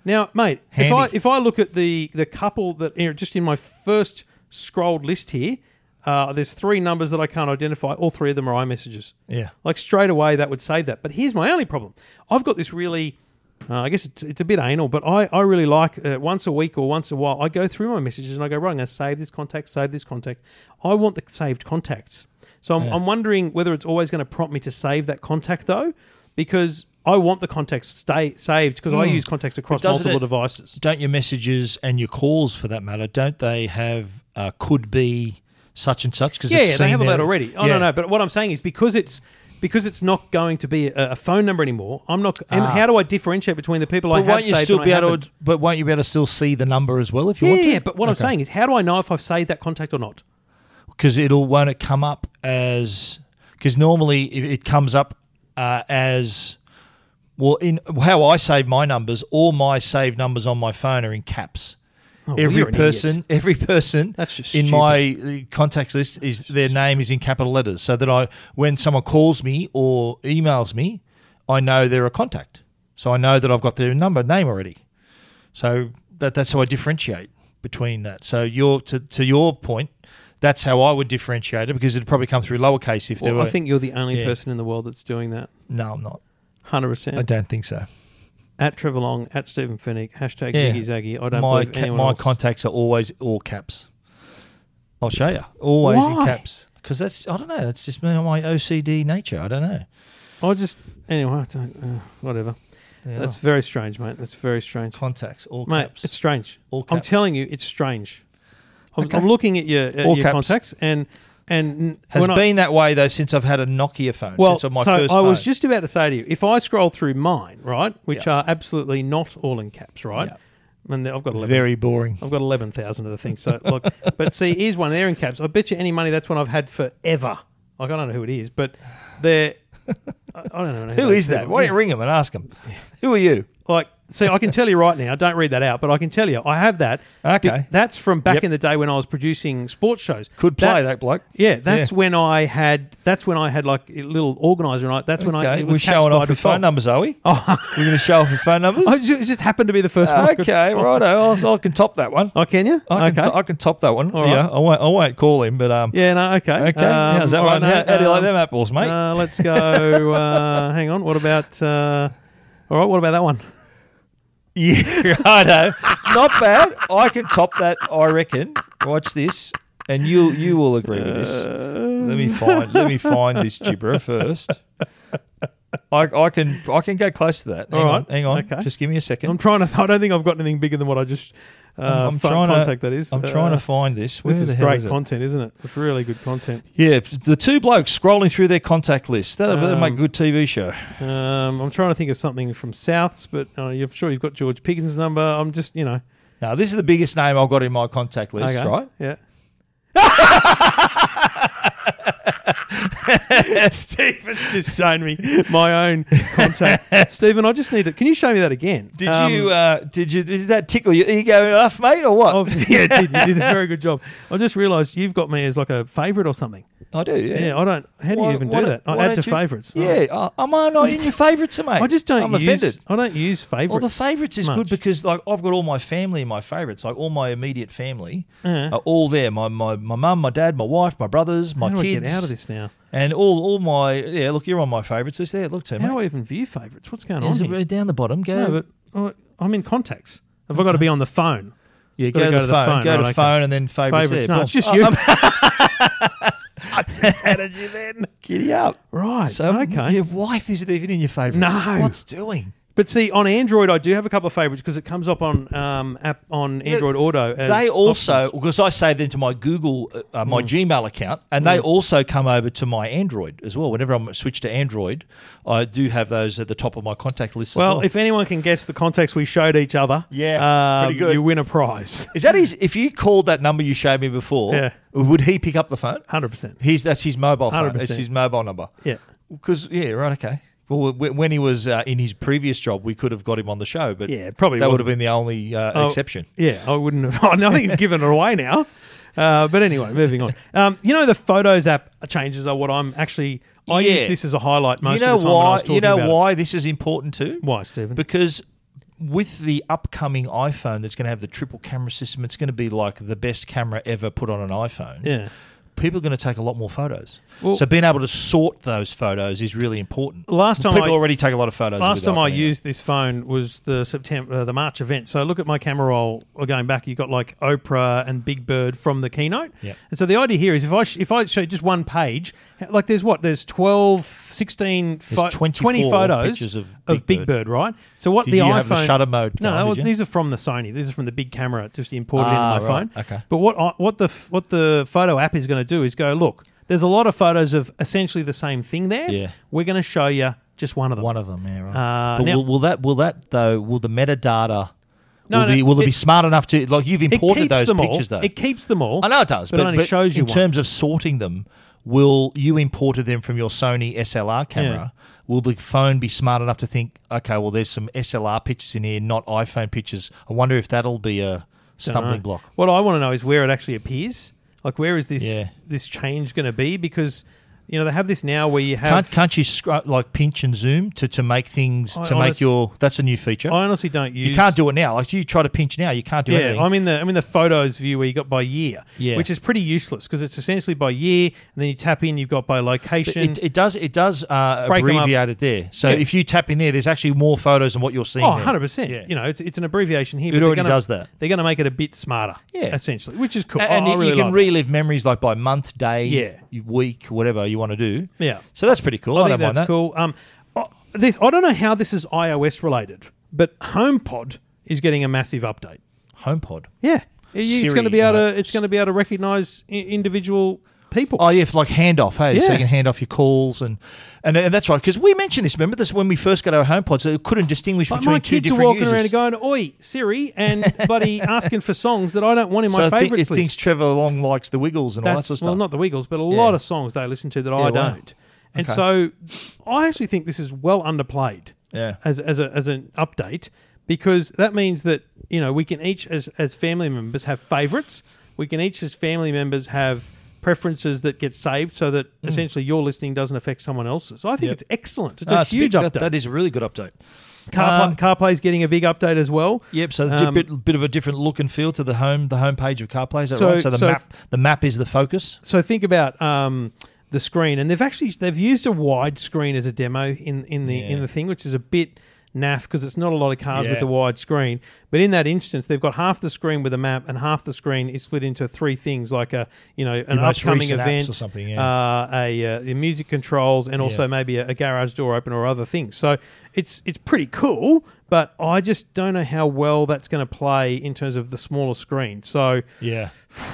Speaker 1: Now, mate, if
Speaker 2: Handy.
Speaker 1: I if I look at the the couple that are just in my first scrolled list here, uh, there's three numbers that I can't identify. All three of them are iMessages.
Speaker 2: yeah,
Speaker 1: Like straight away, that would save that. But here's my only problem. I've got this really, uh, I guess it's, it's a bit anal, but I, I really like uh, once a week or once a while, I go through my messages and I go, right, I'm going to save this contact, save this contact. I want the saved contacts. So I'm, I'm wondering whether it's always going to prompt me to save that contact though, because I want the contacts stay saved because I use contacts across
Speaker 2: doesn't
Speaker 1: multiple
Speaker 2: Hmm. it-
Speaker 1: devices.
Speaker 2: don't your messages and your calls for that matter don't they have uh, could be such and such because
Speaker 1: Yeah, yeah, they have all that already. I
Speaker 2: yeah.
Speaker 1: don't know, but what I'm saying is because it's because it's not going to be a, a phone number anymore. I'm not. and How do I differentiate between the people I
Speaker 2: Ah. but
Speaker 1: have
Speaker 2: won't you
Speaker 1: saved
Speaker 2: still
Speaker 1: and I
Speaker 2: be able
Speaker 1: haven't?
Speaker 2: to but won't you be able to still see the number as well if you
Speaker 1: yeah,
Speaker 2: want to
Speaker 1: yeah, but what I'm saying is, how do I know if I've saved that contact or not?
Speaker 2: because it'll won't it come up as because normally it, it comes up uh, as well in how I save my numbers all my saved numbers on my phone are in caps. every
Speaker 1: you're Oh, an
Speaker 2: person, every person
Speaker 1: That's just
Speaker 2: in my uh, contacts list is their name is in capital letters, so that I when someone calls me or emails me, I know they're a contact, so I know that I've got their number name already. So that that's how I differentiate between that. So your to, to your point, that's how I would differentiate it because it'd probably come through lowercase if there
Speaker 1: Well,
Speaker 2: were.
Speaker 1: I think you're the only
Speaker 2: yeah.
Speaker 1: person in the world that's doing that.
Speaker 2: no, I'm not.
Speaker 1: Hundred
Speaker 2: I
Speaker 1: percent.
Speaker 2: don't think so.
Speaker 1: At Trevor Long, at Stephen Finnick, hashtag
Speaker 2: Yeah.
Speaker 1: Ziggy Zaggy. I don't
Speaker 2: my
Speaker 1: believe
Speaker 2: ca-
Speaker 1: anyone
Speaker 2: my
Speaker 1: else.
Speaker 2: contacts are always all caps. I'll show you. Always
Speaker 1: Why?
Speaker 2: in caps. Because that's I don't know. That's just my my OCD nature. I don't know.
Speaker 1: I just anyway. I don't, uh, whatever.
Speaker 2: Yeah.
Speaker 1: That's very strange, mate. That's very strange.
Speaker 2: contacts all
Speaker 1: Mate,
Speaker 2: caps.
Speaker 1: it's strange.
Speaker 2: All
Speaker 1: I'm
Speaker 2: caps.
Speaker 1: telling you, it's strange. I'm,
Speaker 2: Okay.
Speaker 1: I'm looking at your, at
Speaker 2: All
Speaker 1: your
Speaker 2: caps.
Speaker 1: contacts and and
Speaker 2: Has
Speaker 1: when I-
Speaker 2: been that way though since I've had a Nokia phone.
Speaker 1: well.
Speaker 2: since my
Speaker 1: so
Speaker 2: first
Speaker 1: I was
Speaker 2: phone.
Speaker 1: just about to say to you, if I scroll through mine, right, which
Speaker 2: Yeah.
Speaker 1: are absolutely not all in caps, right, and I've got 11,
Speaker 2: very boring.
Speaker 1: I've got eleven thousand of the things. So look, but see, here's one. They're in caps. I bet you any money that's one I've had forever. Like I don't know who it is, but they're. I I don't know.
Speaker 2: Who
Speaker 1: those
Speaker 2: is that?
Speaker 1: people-
Speaker 2: Why don't you ring him and ask him? Who are you?
Speaker 1: Like, see, I can tell you right now. Don't read that out, but I can tell you, I have that.
Speaker 2: Okay.
Speaker 1: Be- That's from back
Speaker 2: Yep.
Speaker 1: in the day when I was producing sports shows.
Speaker 2: Could play
Speaker 1: That's-
Speaker 2: that bloke.
Speaker 1: Yeah, that's
Speaker 2: Yeah.
Speaker 1: when I had. That's when I had like a little organizer night. That's when I
Speaker 2: Okay,
Speaker 1: it was
Speaker 2: we're
Speaker 1: Cats
Speaker 2: showing
Speaker 1: by
Speaker 2: off your
Speaker 1: Default.
Speaker 2: phone numbers, are we?
Speaker 1: Oh,
Speaker 2: We're going to show off your phone numbers.
Speaker 1: I ju- it just happened to be the first one. I could
Speaker 2: okay,
Speaker 1: find.
Speaker 2: righto. I'll, I can top that one.
Speaker 1: Oh, can you?
Speaker 2: I can,
Speaker 1: okay.
Speaker 2: I can top that one.
Speaker 1: All right.
Speaker 2: Yeah, I won't. I won't call him, but um,
Speaker 1: yeah. No. Okay. Um,
Speaker 2: Okay, how's that
Speaker 1: all
Speaker 2: one? How- how do you like them apples, mate?
Speaker 1: Uh, let's go. uh, hang on. What about? Uh, all right. What about that one?
Speaker 2: Yeah, I know. Not bad. I can top that. I reckon. Watch this, and you you will agree with this.
Speaker 1: Uh,
Speaker 2: Let
Speaker 1: Um,
Speaker 2: me find let me find this gibberer first. I, I can I can go close to that. Hang
Speaker 1: All
Speaker 2: on,
Speaker 1: right.
Speaker 2: hang on.
Speaker 1: Okay.
Speaker 2: Just give me a 2nd
Speaker 1: I'm trying to. I don't think I've got anything bigger than what I just. Uh,
Speaker 2: I'm
Speaker 1: phone
Speaker 2: trying
Speaker 1: contact
Speaker 2: to.
Speaker 1: that is.
Speaker 2: I'm trying
Speaker 1: Uh,
Speaker 2: to find this. Where
Speaker 1: This is
Speaker 2: the hell
Speaker 1: great
Speaker 2: is it?
Speaker 1: content, isn't it? It's really good content.
Speaker 2: Yeah, the two blokes scrolling through their contact list. That'll, that'll make a good TV show.
Speaker 1: Um, I'm trying to think of something from Souths, but uh, you're sure you've got George Pickens' number. I'm just, you know.
Speaker 2: Now, this is the biggest name I've got in my contact list,
Speaker 1: okay.
Speaker 2: right?
Speaker 1: Yeah. Stephen's just shown me my own contact. Stephen, I just need it. Can you show me that again? Um,
Speaker 2: Did you? Uh, did you? Did that tickle your ego enough, mate, or what?
Speaker 1: yeah, did. you did a very good job. I just realised you've got me as like a favourite or something.
Speaker 2: I do. Yeah.
Speaker 1: Yeah, I don't. How do you
Speaker 2: Why-
Speaker 1: even
Speaker 2: why
Speaker 1: do
Speaker 2: don't-
Speaker 1: that? I
Speaker 2: why
Speaker 1: add to
Speaker 2: don't you-
Speaker 1: favourites.
Speaker 2: Yeah, oh, am I not in your favourites, mate?
Speaker 1: I just don't
Speaker 2: I'm
Speaker 1: use.
Speaker 2: offended.
Speaker 1: I don't use favourites.
Speaker 2: Well, the favourites is
Speaker 1: much.
Speaker 2: good because like I've got all my family in my favourites, like all my immediate family are all there. My my my mum, my dad, my wife, my brothers, Oh, my
Speaker 1: Uh, Uh-huh. How do
Speaker 2: kids,
Speaker 1: I get out of this now?
Speaker 2: and all all my yeah. Look, you're on my favourites list there. Look to
Speaker 1: How do
Speaker 2: me.
Speaker 1: I even view favourites? What's going on
Speaker 2: There's a
Speaker 1: here?
Speaker 2: row down the bottom. Go
Speaker 1: No, but oh, I'm in contacts. Have I got to be on the phone?
Speaker 2: yeah,
Speaker 1: gotta
Speaker 2: go, to the phone, go to
Speaker 1: right, okay.
Speaker 2: phone, and then favourites.
Speaker 1: Favourites.
Speaker 2: there.
Speaker 1: No, it's
Speaker 2: Boom.
Speaker 1: just you.
Speaker 2: strategy then. Giddy up.
Speaker 1: Right.
Speaker 2: So
Speaker 1: okay.
Speaker 2: your wife isn't even in your favourites.
Speaker 1: No.
Speaker 2: What's doing?
Speaker 1: But see, on Android, I do have a couple of favourites because it comes up on um, app on Android Auto. As
Speaker 2: They also
Speaker 1: options.
Speaker 2: because I save them to my Google, uh, uh, my
Speaker 1: Mm.
Speaker 2: Gmail account, and they also come over to my Android as well. Whenever I'm switched to Android, I do have those at the top of my contact list.
Speaker 1: Well,
Speaker 2: as well.
Speaker 1: if anyone can guess the contacts we showed each other,
Speaker 2: Yeah,
Speaker 1: um,
Speaker 2: pretty good.
Speaker 1: you win a prize.
Speaker 2: is that his? If you called that number you showed me before,
Speaker 1: Yeah.
Speaker 2: would he pick up the phone?
Speaker 1: 100%.
Speaker 2: He's that's his mobile phone.
Speaker 1: 100%.
Speaker 2: It's his mobile number.
Speaker 1: Yeah.
Speaker 2: Because yeah, right, okay. Well, w- when he was uh, in his previous job, we could have got him on the show, but
Speaker 1: Yeah, it probably
Speaker 2: that would have
Speaker 1: wasn't.
Speaker 2: been the only uh,
Speaker 1: Oh,
Speaker 2: exception.
Speaker 1: Yeah, I wouldn't have. I think you've given it away now. Uh, but anyway, moving on. Um, you know, the Photos app changes are what I'm actually. I
Speaker 2: Yeah.
Speaker 1: use this as a highlight most
Speaker 2: You know
Speaker 1: of the time. when I
Speaker 2: why?
Speaker 1: was
Speaker 2: You
Speaker 1: talking
Speaker 2: know
Speaker 1: about it.
Speaker 2: why this is important too?
Speaker 1: Why, Stephen?
Speaker 2: Because with the upcoming iPhone, that's going to have the triple camera system. It's going to be like the best camera ever put on an iPhone.
Speaker 1: yeah.
Speaker 2: People are going to take a lot more photos.
Speaker 1: Well-
Speaker 2: so being able to sort those photos is really important.
Speaker 1: Last time
Speaker 2: people
Speaker 1: I-
Speaker 2: already take a lot of photos.
Speaker 1: Last
Speaker 2: with
Speaker 1: time I
Speaker 2: iPhone.
Speaker 1: used this phone was the September, uh, the March event. So look at my camera roll. Or going back, you got like Oprah and Big Bird from the keynote.
Speaker 2: Yep.
Speaker 1: And so the idea here is if I sh- if I show just one page, h- like there's what there's 12, 16, pho-
Speaker 2: 24
Speaker 1: 20 photos
Speaker 2: pictures of Big
Speaker 1: Big
Speaker 2: Bird.
Speaker 1: Bird, right? So what
Speaker 2: Did
Speaker 1: the
Speaker 2: you
Speaker 1: iPhone
Speaker 2: have the shutter mode
Speaker 1: No,
Speaker 2: going,
Speaker 1: that
Speaker 2: did
Speaker 1: was-
Speaker 2: you?
Speaker 1: these are from the Sony. These are from the big camera, just imported
Speaker 2: Ah,
Speaker 1: into my
Speaker 2: right.
Speaker 1: phone.
Speaker 2: Okay.
Speaker 1: But what I, what the f- what the photo app is going to do is go look. There's a lot of photos of essentially the same thing there.
Speaker 2: Yeah.
Speaker 1: We're going to show you just one of them.
Speaker 2: one of them. Yeah, right.
Speaker 1: Um, Uh,
Speaker 2: but
Speaker 1: now-
Speaker 2: will, will that will that though? Will the metadata?
Speaker 1: No,
Speaker 2: will,
Speaker 1: no,
Speaker 2: the, will it, be
Speaker 1: it-
Speaker 2: smart enough to like you've
Speaker 1: It
Speaker 2: imported
Speaker 1: keeps
Speaker 2: those
Speaker 1: them
Speaker 2: pictures
Speaker 1: all.
Speaker 2: though?
Speaker 1: It keeps them all.
Speaker 2: I know it does,
Speaker 1: but,
Speaker 2: but,
Speaker 1: it only
Speaker 2: but
Speaker 1: shows you
Speaker 2: in
Speaker 1: one.
Speaker 2: terms of sorting them, will you imported them from your Sony SLR camera? Will the phone be smart enough to think, okay, well, there's some SLR pictures in here, not iPhone pictures? I wonder if that'll be a stumbling
Speaker 1: Dunno.
Speaker 2: block.
Speaker 1: What I want to know is where it actually appears. Like, where is this
Speaker 2: Yeah.
Speaker 1: this change going to be? Because you know they have this now where you have.
Speaker 2: Can't can't you scr- like pinch and zoom to, to make things
Speaker 1: I
Speaker 2: to make
Speaker 1: honest-
Speaker 2: your that's a new feature.
Speaker 1: I honestly don't use.
Speaker 2: you can't do it now. Like you try to pinch now, you can't do
Speaker 1: Yeah,
Speaker 2: anything.
Speaker 1: I'm in the I'm in the photos view where you got by year,
Speaker 2: Yeah.
Speaker 1: which is pretty useless because it's essentially by year, and then you tap in, you've got by location.
Speaker 2: It, it does. It does uh,
Speaker 1: Break 'em up.
Speaker 2: abbreviate it there. So
Speaker 1: Yeah.
Speaker 2: if you tap in there, there's actually more photos than what you're seeing.
Speaker 1: Oh,
Speaker 2: there.
Speaker 1: 100 percent. You know, it's, it's an abbreviation here. but they're
Speaker 2: already
Speaker 1: gonna-
Speaker 2: does that.
Speaker 1: They're going to make it a bit smarter,
Speaker 2: Yeah.
Speaker 1: essentially, which is cool.
Speaker 2: A-
Speaker 1: I-
Speaker 2: And
Speaker 1: Oh, I
Speaker 2: you,
Speaker 1: really
Speaker 2: you can
Speaker 1: like that.
Speaker 2: relive memories like by month, day,
Speaker 1: Yeah.
Speaker 2: week, whatever you want to do.
Speaker 1: Yeah.
Speaker 2: So that's pretty cool. I,
Speaker 1: I
Speaker 2: don't
Speaker 1: think
Speaker 2: mind
Speaker 1: that's
Speaker 2: that.
Speaker 1: cool. Um, oh, this, I don't know how this is iOS related, but HomePod is getting a massive update.
Speaker 2: HomePod.
Speaker 1: Yeah, You- it's
Speaker 2: Siri,
Speaker 1: going to be able
Speaker 2: uh,
Speaker 1: to it's going to be able to recognize I- individual people.
Speaker 2: Oh yeah, for like handoff. Hey, so
Speaker 1: Yeah.
Speaker 2: you can hand off your calls and and, and that's right because we mentioned this. Remember this when we first got our HomePods, it couldn't distinguish
Speaker 1: like
Speaker 2: between
Speaker 1: my
Speaker 2: two
Speaker 1: kids are
Speaker 2: different
Speaker 1: walking
Speaker 2: users.
Speaker 1: around and going, "Oi, Siri," and buddy asking for songs that I don't want in
Speaker 2: so
Speaker 1: my
Speaker 2: I think-
Speaker 1: favorites
Speaker 2: it
Speaker 1: list.
Speaker 2: thinks Trevor Long likes the Wiggles and all that
Speaker 1: That's
Speaker 2: sort of stuff.
Speaker 1: well, not the Wiggles, but a
Speaker 2: Yeah.
Speaker 1: lot of songs they listen to that I
Speaker 2: wow.
Speaker 1: don't. And so, I actually think this is well underplayed.
Speaker 2: Yeah.
Speaker 1: as as a, as an update because that means that you know we can each as as family members have favorites. We can each as family members have preferences that get saved so that essentially your listening doesn't affect someone else's. So I think
Speaker 2: Hmm. Yep.
Speaker 1: it's excellent. It's
Speaker 2: No,
Speaker 1: a huge
Speaker 2: big-
Speaker 1: update.
Speaker 2: that- that is a really good update.
Speaker 1: CarPlay,
Speaker 2: um,
Speaker 1: CarPlay's getting a big update as well.
Speaker 2: Yep, so a
Speaker 1: Um,
Speaker 2: bit, bit of a different look and feel to the home the home page of CarPlay. Is that
Speaker 1: So-
Speaker 2: right? So the
Speaker 1: so
Speaker 2: map the map is the focus.
Speaker 1: so think about um, the screen, and they've actually they've used a wide screen as a demo in in the in
Speaker 2: Yeah.
Speaker 1: the thing, which is a bit naff because it's not a lot of cars with
Speaker 2: Yeah.
Speaker 1: the wide screen. But in that instance, they've got half the screen with a map, and half the screen is split into three things, like a you know an
Speaker 2: Your most
Speaker 1: upcoming
Speaker 2: recent apps
Speaker 1: event
Speaker 2: or something, yeah.
Speaker 1: uh, a uh, the music controls, and also
Speaker 2: Yeah.
Speaker 1: maybe a, a garage door opener or other things. So it's it's pretty cool, but I just don't know how well that's going to play in terms of the smaller screen. So.
Speaker 2: Yeah,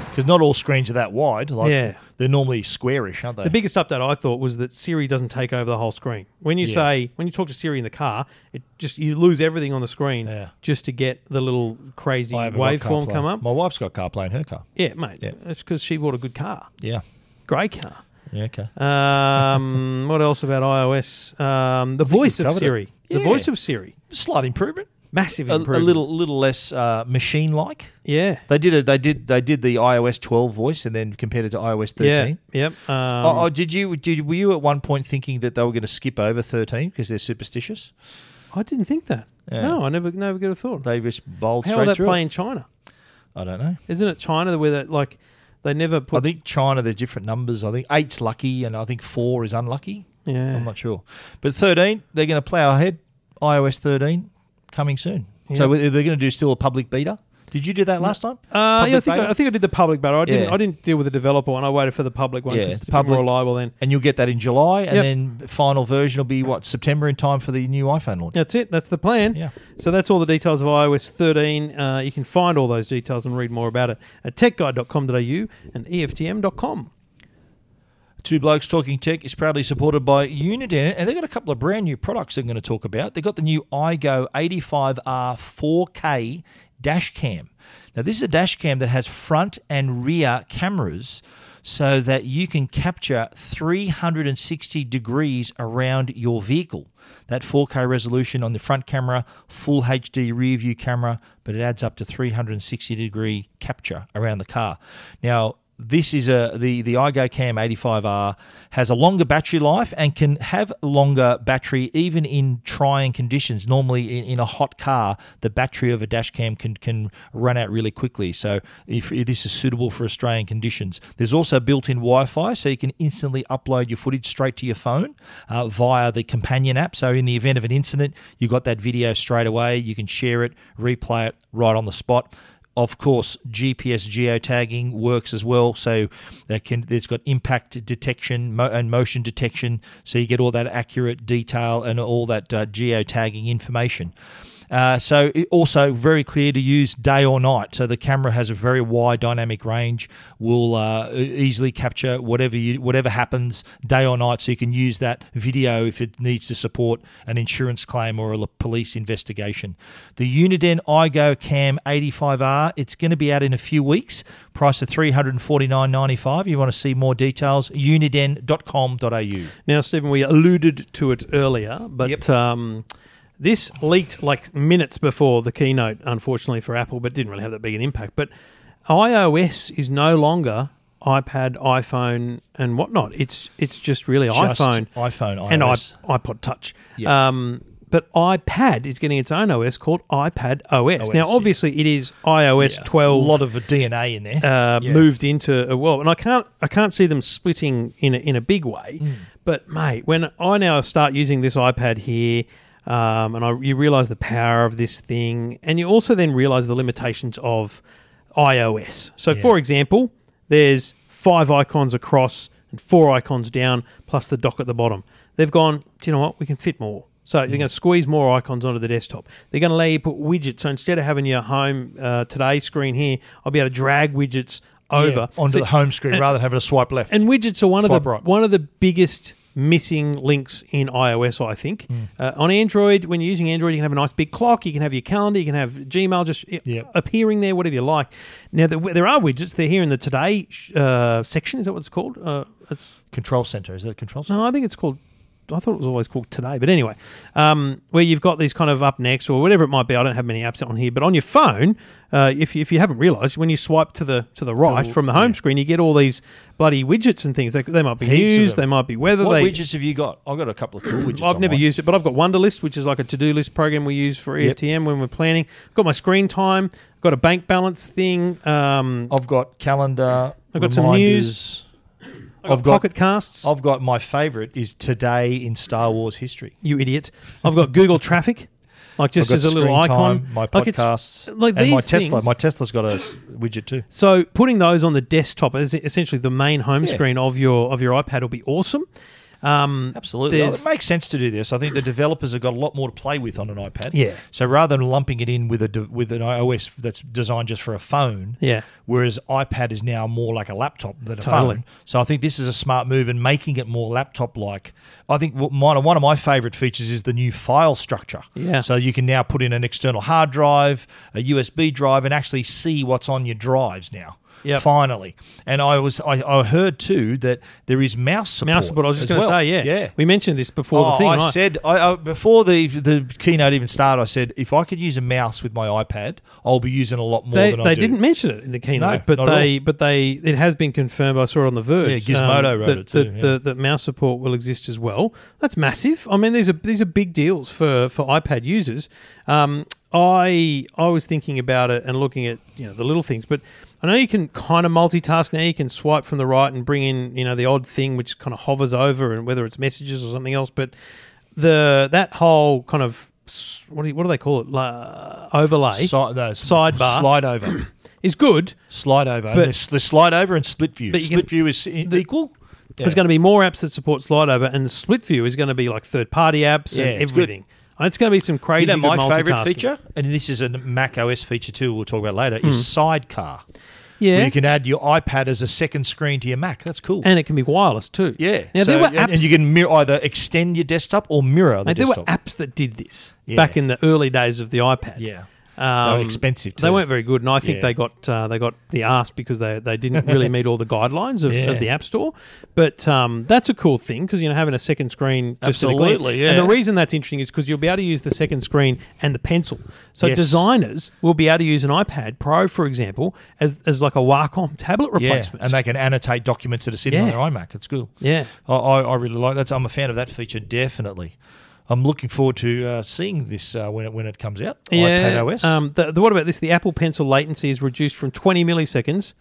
Speaker 2: because not all screens are that wide. Like,
Speaker 1: Yeah.
Speaker 2: they're normally squarish, aren't they?
Speaker 1: The biggest update I thought was that Siri doesn't take over the whole screen. When you
Speaker 2: Yeah.
Speaker 1: say when you talk to Siri in the car, it just you lose everything on the screen
Speaker 2: Yeah.
Speaker 1: just to get the little crazy
Speaker 2: I haven't got
Speaker 1: waveform
Speaker 2: CarPlay.
Speaker 1: come up.
Speaker 2: My wife's got CarPlay in her car.
Speaker 1: yeah, mate.
Speaker 2: Yeah.
Speaker 1: It's because she bought a good car,
Speaker 2: Yeah.
Speaker 1: grey car.
Speaker 2: Yeah. Okay.
Speaker 1: Um, what else about iOS? Um, the voice of
Speaker 2: covered it.
Speaker 1: Siri. The
Speaker 2: Yeah.
Speaker 1: voice of Siri.
Speaker 2: Slight improvement.
Speaker 1: Massive
Speaker 2: A, a
Speaker 1: improvement.
Speaker 2: little, little less uh, machine-like.
Speaker 1: Yeah.
Speaker 2: They did it. They did. They did the iOS 12 voice, and then compared it to iOS 13.
Speaker 1: Yeah. Yep. Um,
Speaker 2: oh, oh, did you? Did were you at one point thinking that they were going to skip over 13 because they're superstitious?
Speaker 1: I didn't think that.
Speaker 2: Yeah.
Speaker 1: No, I never never could have thought.
Speaker 2: They just bowled
Speaker 1: How
Speaker 2: straight
Speaker 1: will that
Speaker 2: through.
Speaker 1: play
Speaker 2: it?
Speaker 1: in China?
Speaker 2: I don't know.
Speaker 1: Isn't it China where that like they never
Speaker 2: I
Speaker 1: put
Speaker 2: think China, they're different numbers. I think eight's lucky, and I think four is unlucky.
Speaker 1: yeah.
Speaker 2: I'm not sure. But 13, they're going to plow ahead. iOS 13 coming soon. So they're going to do still a public beta. Did you do that last time?
Speaker 1: Uh, yeah, I
Speaker 2: Public
Speaker 1: think
Speaker 2: beta?
Speaker 1: I, I think I did the public beta. I didn't.
Speaker 2: Yeah.
Speaker 1: I didn't deal with the developer one. I waited for the public one.
Speaker 2: Yeah,
Speaker 1: 'cause it's public,
Speaker 2: public-
Speaker 1: more reliable then.
Speaker 2: and you'll get that in July, and
Speaker 1: Yep.
Speaker 2: then final version will be what September in time for the new iPhone launch.
Speaker 1: That's it. That's the plan.
Speaker 2: Yeah.
Speaker 1: So that's all the details of iOS 13. Uh, you can find all those details and read more about it at techguide.com.au and E eftm.com.
Speaker 2: Two Blokes Talking Tech is proudly supported by Uniden, and they've got a couple of brand new products they're going to talk about. They've got the new iGo 85R 4K dash cam. Now, this is a dash cam that has front and rear cameras so that you can capture 360 degrees around your vehicle. That 4K resolution on the front camera, full HD rear view camera, but it adds up to 360 degree capture around the car. Now, this is a the the iGo Cam 85R has a longer battery life and can have longer battery even in trying conditions. Normally in, in a hot car, the battery of a dash cam can can run out really quickly. So if, if this is suitable for Australian conditions, there's also built-in Wi-Fi, so you can instantly upload your footage straight to your phone uh, via the companion app. So in the event of an incident, you got that video straight away. You can share it, replay it right on the spot. Of course, GPS geotagging works as well, so that can it's got impact detection mo- and motion detection, so you get all that accurate detail and all that uh, geotagging information. Uh, so it also very clear to use day or night. So the camera has a very wide dynamic range, will uh, e- easily capture whatever you whatever happens day or night. So you can use that video if it needs to support an insurance claim or a l- police investigation. The Uniden iGo Cam 85R. It's going to be out in a few weeks. Price of three hundred and forty nine ninety five. You want to see more details? Uniden.com.au.
Speaker 1: Now, Stephen, we alluded to it earlier, but
Speaker 2: Yep.
Speaker 1: um, this leaked like minutes before the keynote, unfortunately for Apple, but didn't really have that big an impact. But iOS is no longer iPad, iPhone, and whatnot. It's it's just really
Speaker 2: Just
Speaker 1: iPhone,
Speaker 2: iPhone,
Speaker 1: and
Speaker 2: iOS.
Speaker 1: iP- iPod Touch.
Speaker 2: Yep.
Speaker 1: Um, but iPad is getting its own OS called iPad OS.
Speaker 2: OS, yeah.
Speaker 1: now, obviously, it is iOS twelve
Speaker 2: A lot of DNA in there.
Speaker 1: uh,
Speaker 2: Yeah.
Speaker 1: moved into a world, and I can't I can't see them splitting in a, in a big way.
Speaker 2: Hmm.
Speaker 1: But mate, when I now start using this iPad here, um, and I, you realise the power of this thing, and you also then realise the limitations of iOS. So, for example, there's five icons across and four icons down, plus the dock at the bottom. They've gone. Do you know what? We can fit more. So
Speaker 2: Mm.
Speaker 1: they're going to squeeze more icons onto the desktop. They're going to allow you to put widgets. So instead of having your home uh, today screen here, I'll be able to drag widgets over
Speaker 2: Yeah, onto
Speaker 1: So-
Speaker 2: the home screen rather than having to swipe left.
Speaker 1: And widgets are one of
Speaker 2: Swipe
Speaker 1: the
Speaker 2: right.
Speaker 1: one of the biggest missing links in iOS. I think
Speaker 2: Hmm.
Speaker 1: uh, on Android, when you're using Android, you can have a nice big clock. You can have your calendar. You can have Gmail just i-
Speaker 2: Yep.
Speaker 1: appearing there, whatever you like. Now there, there are widgets. They're here in the today sh- uh, section. Is that what it's called? Uh, it's
Speaker 2: control center. Is that control center?
Speaker 1: no, I think it's called I thought it was always called Today, but anyway, um, where you've got these kind of up next or whatever it might be. I don't have many apps on here, but on your phone, uh, if you, if you haven't realised, when you swipe to the to the right from the home screen, you get all these bloody widgets and things. They, they might be
Speaker 2: Heaps of
Speaker 1: news,
Speaker 2: them.
Speaker 1: they might be weather.
Speaker 2: What
Speaker 1: they,
Speaker 2: widgets have you got? I've got a couple of cool widgets.
Speaker 1: I've
Speaker 2: on
Speaker 1: never
Speaker 2: mine.
Speaker 1: used it, but I've got Wonderlist, which is like a to-do list program we use for E
Speaker 2: Yep.
Speaker 1: EFTM when we're planning. I've got my screen time. I've got a bank balance thing. Um,
Speaker 2: I've got calendar.
Speaker 1: I've got some news. I've got
Speaker 2: I've got-
Speaker 1: pocket casts.
Speaker 2: I've got my favourite is today in Star Wars history.
Speaker 1: you idiot! I've got Google Traffic, like just
Speaker 2: I've
Speaker 1: as
Speaker 2: got
Speaker 1: a little
Speaker 2: screen
Speaker 1: icon.
Speaker 2: time, my
Speaker 1: Like, it's-
Speaker 2: podcasts,
Speaker 1: like
Speaker 2: and my
Speaker 1: these
Speaker 2: Tesla.
Speaker 1: things-
Speaker 2: My Tesla's got a s- widget too.
Speaker 1: So putting those on the desktop as e, essentially the main home screen of your of your iPad will be awesome. Um,
Speaker 2: Absolutely.
Speaker 1: There's-
Speaker 2: it makes sense to do this. I think the developers have got a lot more to play with on an iPad.
Speaker 1: Yeah.
Speaker 2: So rather than lumping it in with a de- with an iOS that's designed just for a phone,
Speaker 1: Yeah.
Speaker 2: whereas iPad is now more like a laptop than a
Speaker 1: Totally.
Speaker 2: phone. So I think this is a smart move in making it more laptop like. I think what mine, one of my favorite features is the new file structure.
Speaker 1: Yeah.
Speaker 2: So you can now put in an external hard drive, a USB drive and actually see what's on your drives now.
Speaker 1: Yep.
Speaker 2: Finally. And I was I, I heard too that there is mouse support.
Speaker 1: mouse support. I was just
Speaker 2: as
Speaker 1: going to
Speaker 2: well.
Speaker 1: say, yeah,
Speaker 2: Yeah.
Speaker 1: We mentioned this before the
Speaker 2: Oh,
Speaker 1: thing.
Speaker 2: I
Speaker 1: right?
Speaker 2: said I, I, before the the keynote even started. I said if I could use a mouse with my iPad, I'll be using a lot more
Speaker 1: they,
Speaker 2: than
Speaker 1: they
Speaker 2: I do.
Speaker 1: didn't mention it in the keynote,
Speaker 2: No,
Speaker 1: but
Speaker 2: not at
Speaker 1: they but they it has been confirmed. I saw it on the Verge. um,
Speaker 2: Yeah, Gizmodo wrote
Speaker 1: that,
Speaker 2: it too,
Speaker 1: That,
Speaker 2: yeah.
Speaker 1: that- that mouse support will exist as well. That's massive. I mean, these are these are big deals for for iPad users. Um, I I was thinking about it and looking at you know the little things, but I know you can kind of multitask now. You can swipe from the right and bring in you know the odd thing which kind of hovers over and whether it's messages or something else, but the that whole kind of s- what do, you, what do they call it La, overlay
Speaker 2: Si- no,
Speaker 1: Sidebar.
Speaker 2: slide over,
Speaker 1: is good
Speaker 2: slide over.
Speaker 1: But-
Speaker 2: the, s- the slide over and split view.
Speaker 1: But you can-
Speaker 2: Split view is i- equal.
Speaker 1: There's going to be more apps that support slide over, and split view is going to be like third party apps
Speaker 2: Yeah,
Speaker 1: and
Speaker 2: it's good.
Speaker 1: everything. And It's going to be some crazy.
Speaker 2: You know,
Speaker 1: good
Speaker 2: my favorite
Speaker 1: multitasking.
Speaker 2: feature, and this is a Mac OS feature too. We'll talk about later. Is Sidecar,
Speaker 1: Hmm. yeah,
Speaker 2: where you can add your iPad as a second screen to your Mac. That's cool.
Speaker 1: and it can be wireless too.
Speaker 2: yeah.
Speaker 1: now
Speaker 2: So-
Speaker 1: there were
Speaker 2: and-
Speaker 1: apps.
Speaker 2: and you can mir- either extend your desktop or mirror the
Speaker 1: mate, there were
Speaker 2: desktop.
Speaker 1: apps that did this
Speaker 2: Yeah.
Speaker 1: back in the early days of the iPad.
Speaker 2: Yeah.
Speaker 1: Um,
Speaker 2: They were expensive,
Speaker 1: They
Speaker 2: too.
Speaker 1: weren't very good, and I think
Speaker 2: Yeah.
Speaker 1: they got uh, they got the arse because they, they didn't really meet all the guidelines of,
Speaker 2: Yeah.
Speaker 1: of the App Store. But um, that's a cool thing because you know having a second screen just at a glance.
Speaker 2: Absolutely, yeah.
Speaker 1: And the reason that's interesting is because you'll be able to use the second screen and the pencil. So
Speaker 2: Yes.
Speaker 1: designers will be able to use an iPad Pro, for example, as as like a Wacom tablet
Speaker 2: Yeah,
Speaker 1: replacement.
Speaker 2: and they can annotate documents that are sitting
Speaker 1: Yeah.
Speaker 2: on their iMac. It's cool.
Speaker 1: Yeah.
Speaker 2: I, I, I really like that. I'm a fan of that feature, definitely. I'm looking forward to uh, seeing this uh, when it when it comes out. iPad OS.
Speaker 1: Um, the, the, what about this? The Apple Pencil latency is reduced from 20 milliseconds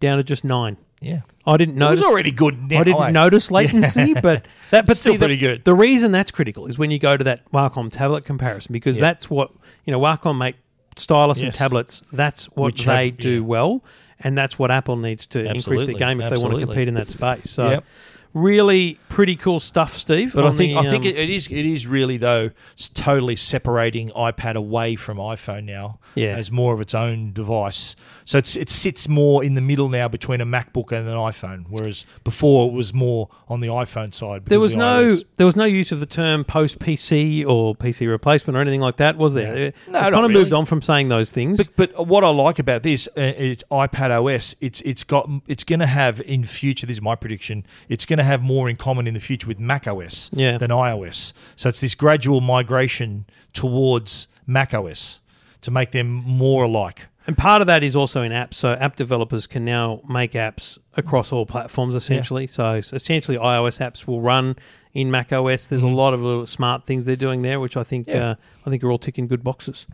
Speaker 1: down to just nine.
Speaker 2: yeah,
Speaker 1: I didn't
Speaker 2: it
Speaker 1: notice.
Speaker 2: was already good. Now,
Speaker 1: I didn't
Speaker 2: eh?
Speaker 1: notice latency, but that but
Speaker 2: Still
Speaker 1: see, the,
Speaker 2: pretty good.
Speaker 1: The reason that's critical is when you go to that Wacom tablet comparison because that's what you know Wacom make stylus and
Speaker 2: Yes.
Speaker 1: tablets. That's what
Speaker 2: Which have-
Speaker 1: they do
Speaker 2: yeah.
Speaker 1: well, and that's what Apple needs to increase their
Speaker 2: Absolutely.
Speaker 1: game if they want
Speaker 2: Absolutely.
Speaker 1: to compete in that space. So.
Speaker 2: Yep.
Speaker 1: Really pretty cool stuff, Steve.
Speaker 2: But I
Speaker 1: on
Speaker 2: think
Speaker 1: the,
Speaker 2: I think
Speaker 1: um,
Speaker 2: it, it is it is really though s- totally separating iPad away from iPhone now
Speaker 1: Yeah.
Speaker 2: as more of its own device. So it's it sits more in the middle now between a MacBook and an iPhone, whereas before it was more on the iPhone side.
Speaker 1: there
Speaker 2: because
Speaker 1: was
Speaker 2: the
Speaker 1: no
Speaker 2: iOS.
Speaker 1: there was no use of the term post PC or PC replacement or anything like that, was there? It-
Speaker 2: No,
Speaker 1: it
Speaker 2: not
Speaker 1: kind of moved
Speaker 2: really.
Speaker 1: on from saying those things.
Speaker 2: But, but what I like about this, uh, it's iPad OS. It's it's got it's going to have in future. This is my prediction. It's going to have more in common in the future with Mac OS
Speaker 1: Yeah.
Speaker 2: than iOS. So it's this gradual migration towards Mac OS to make them more alike.
Speaker 1: And part of that is also in apps. So app developers can now make apps across all platforms essentially. So s- essentially, iOS apps will run in Mac OS. There's a lot of little smart things they're doing there, which I think
Speaker 2: Yeah.
Speaker 1: uh, I think are all ticking good boxes.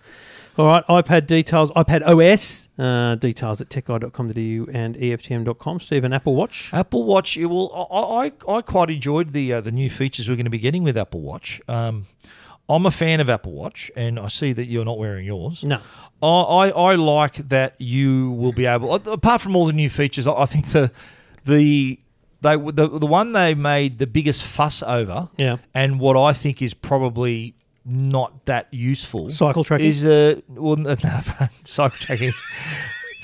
Speaker 1: All right, iPad details, iPad OS uh, details at techguide.com.au E and EFTM.com. Steve, an Apple Watch.
Speaker 2: Apple Watch, it will. I, I, I quite enjoyed the uh, the new features we're going to be getting with Apple Watch. Um, I'm a fan of Apple Watch, and I see that you're not wearing yours.
Speaker 1: No.
Speaker 2: I, I, I like that you will be able. Apart from all the new features, I, I think the the they the the one they made the biggest fuss over,
Speaker 1: Yeah.
Speaker 2: and what I think is probably not that useful.
Speaker 1: Cycle tracking?
Speaker 2: is uh well no, no, cycle tracking.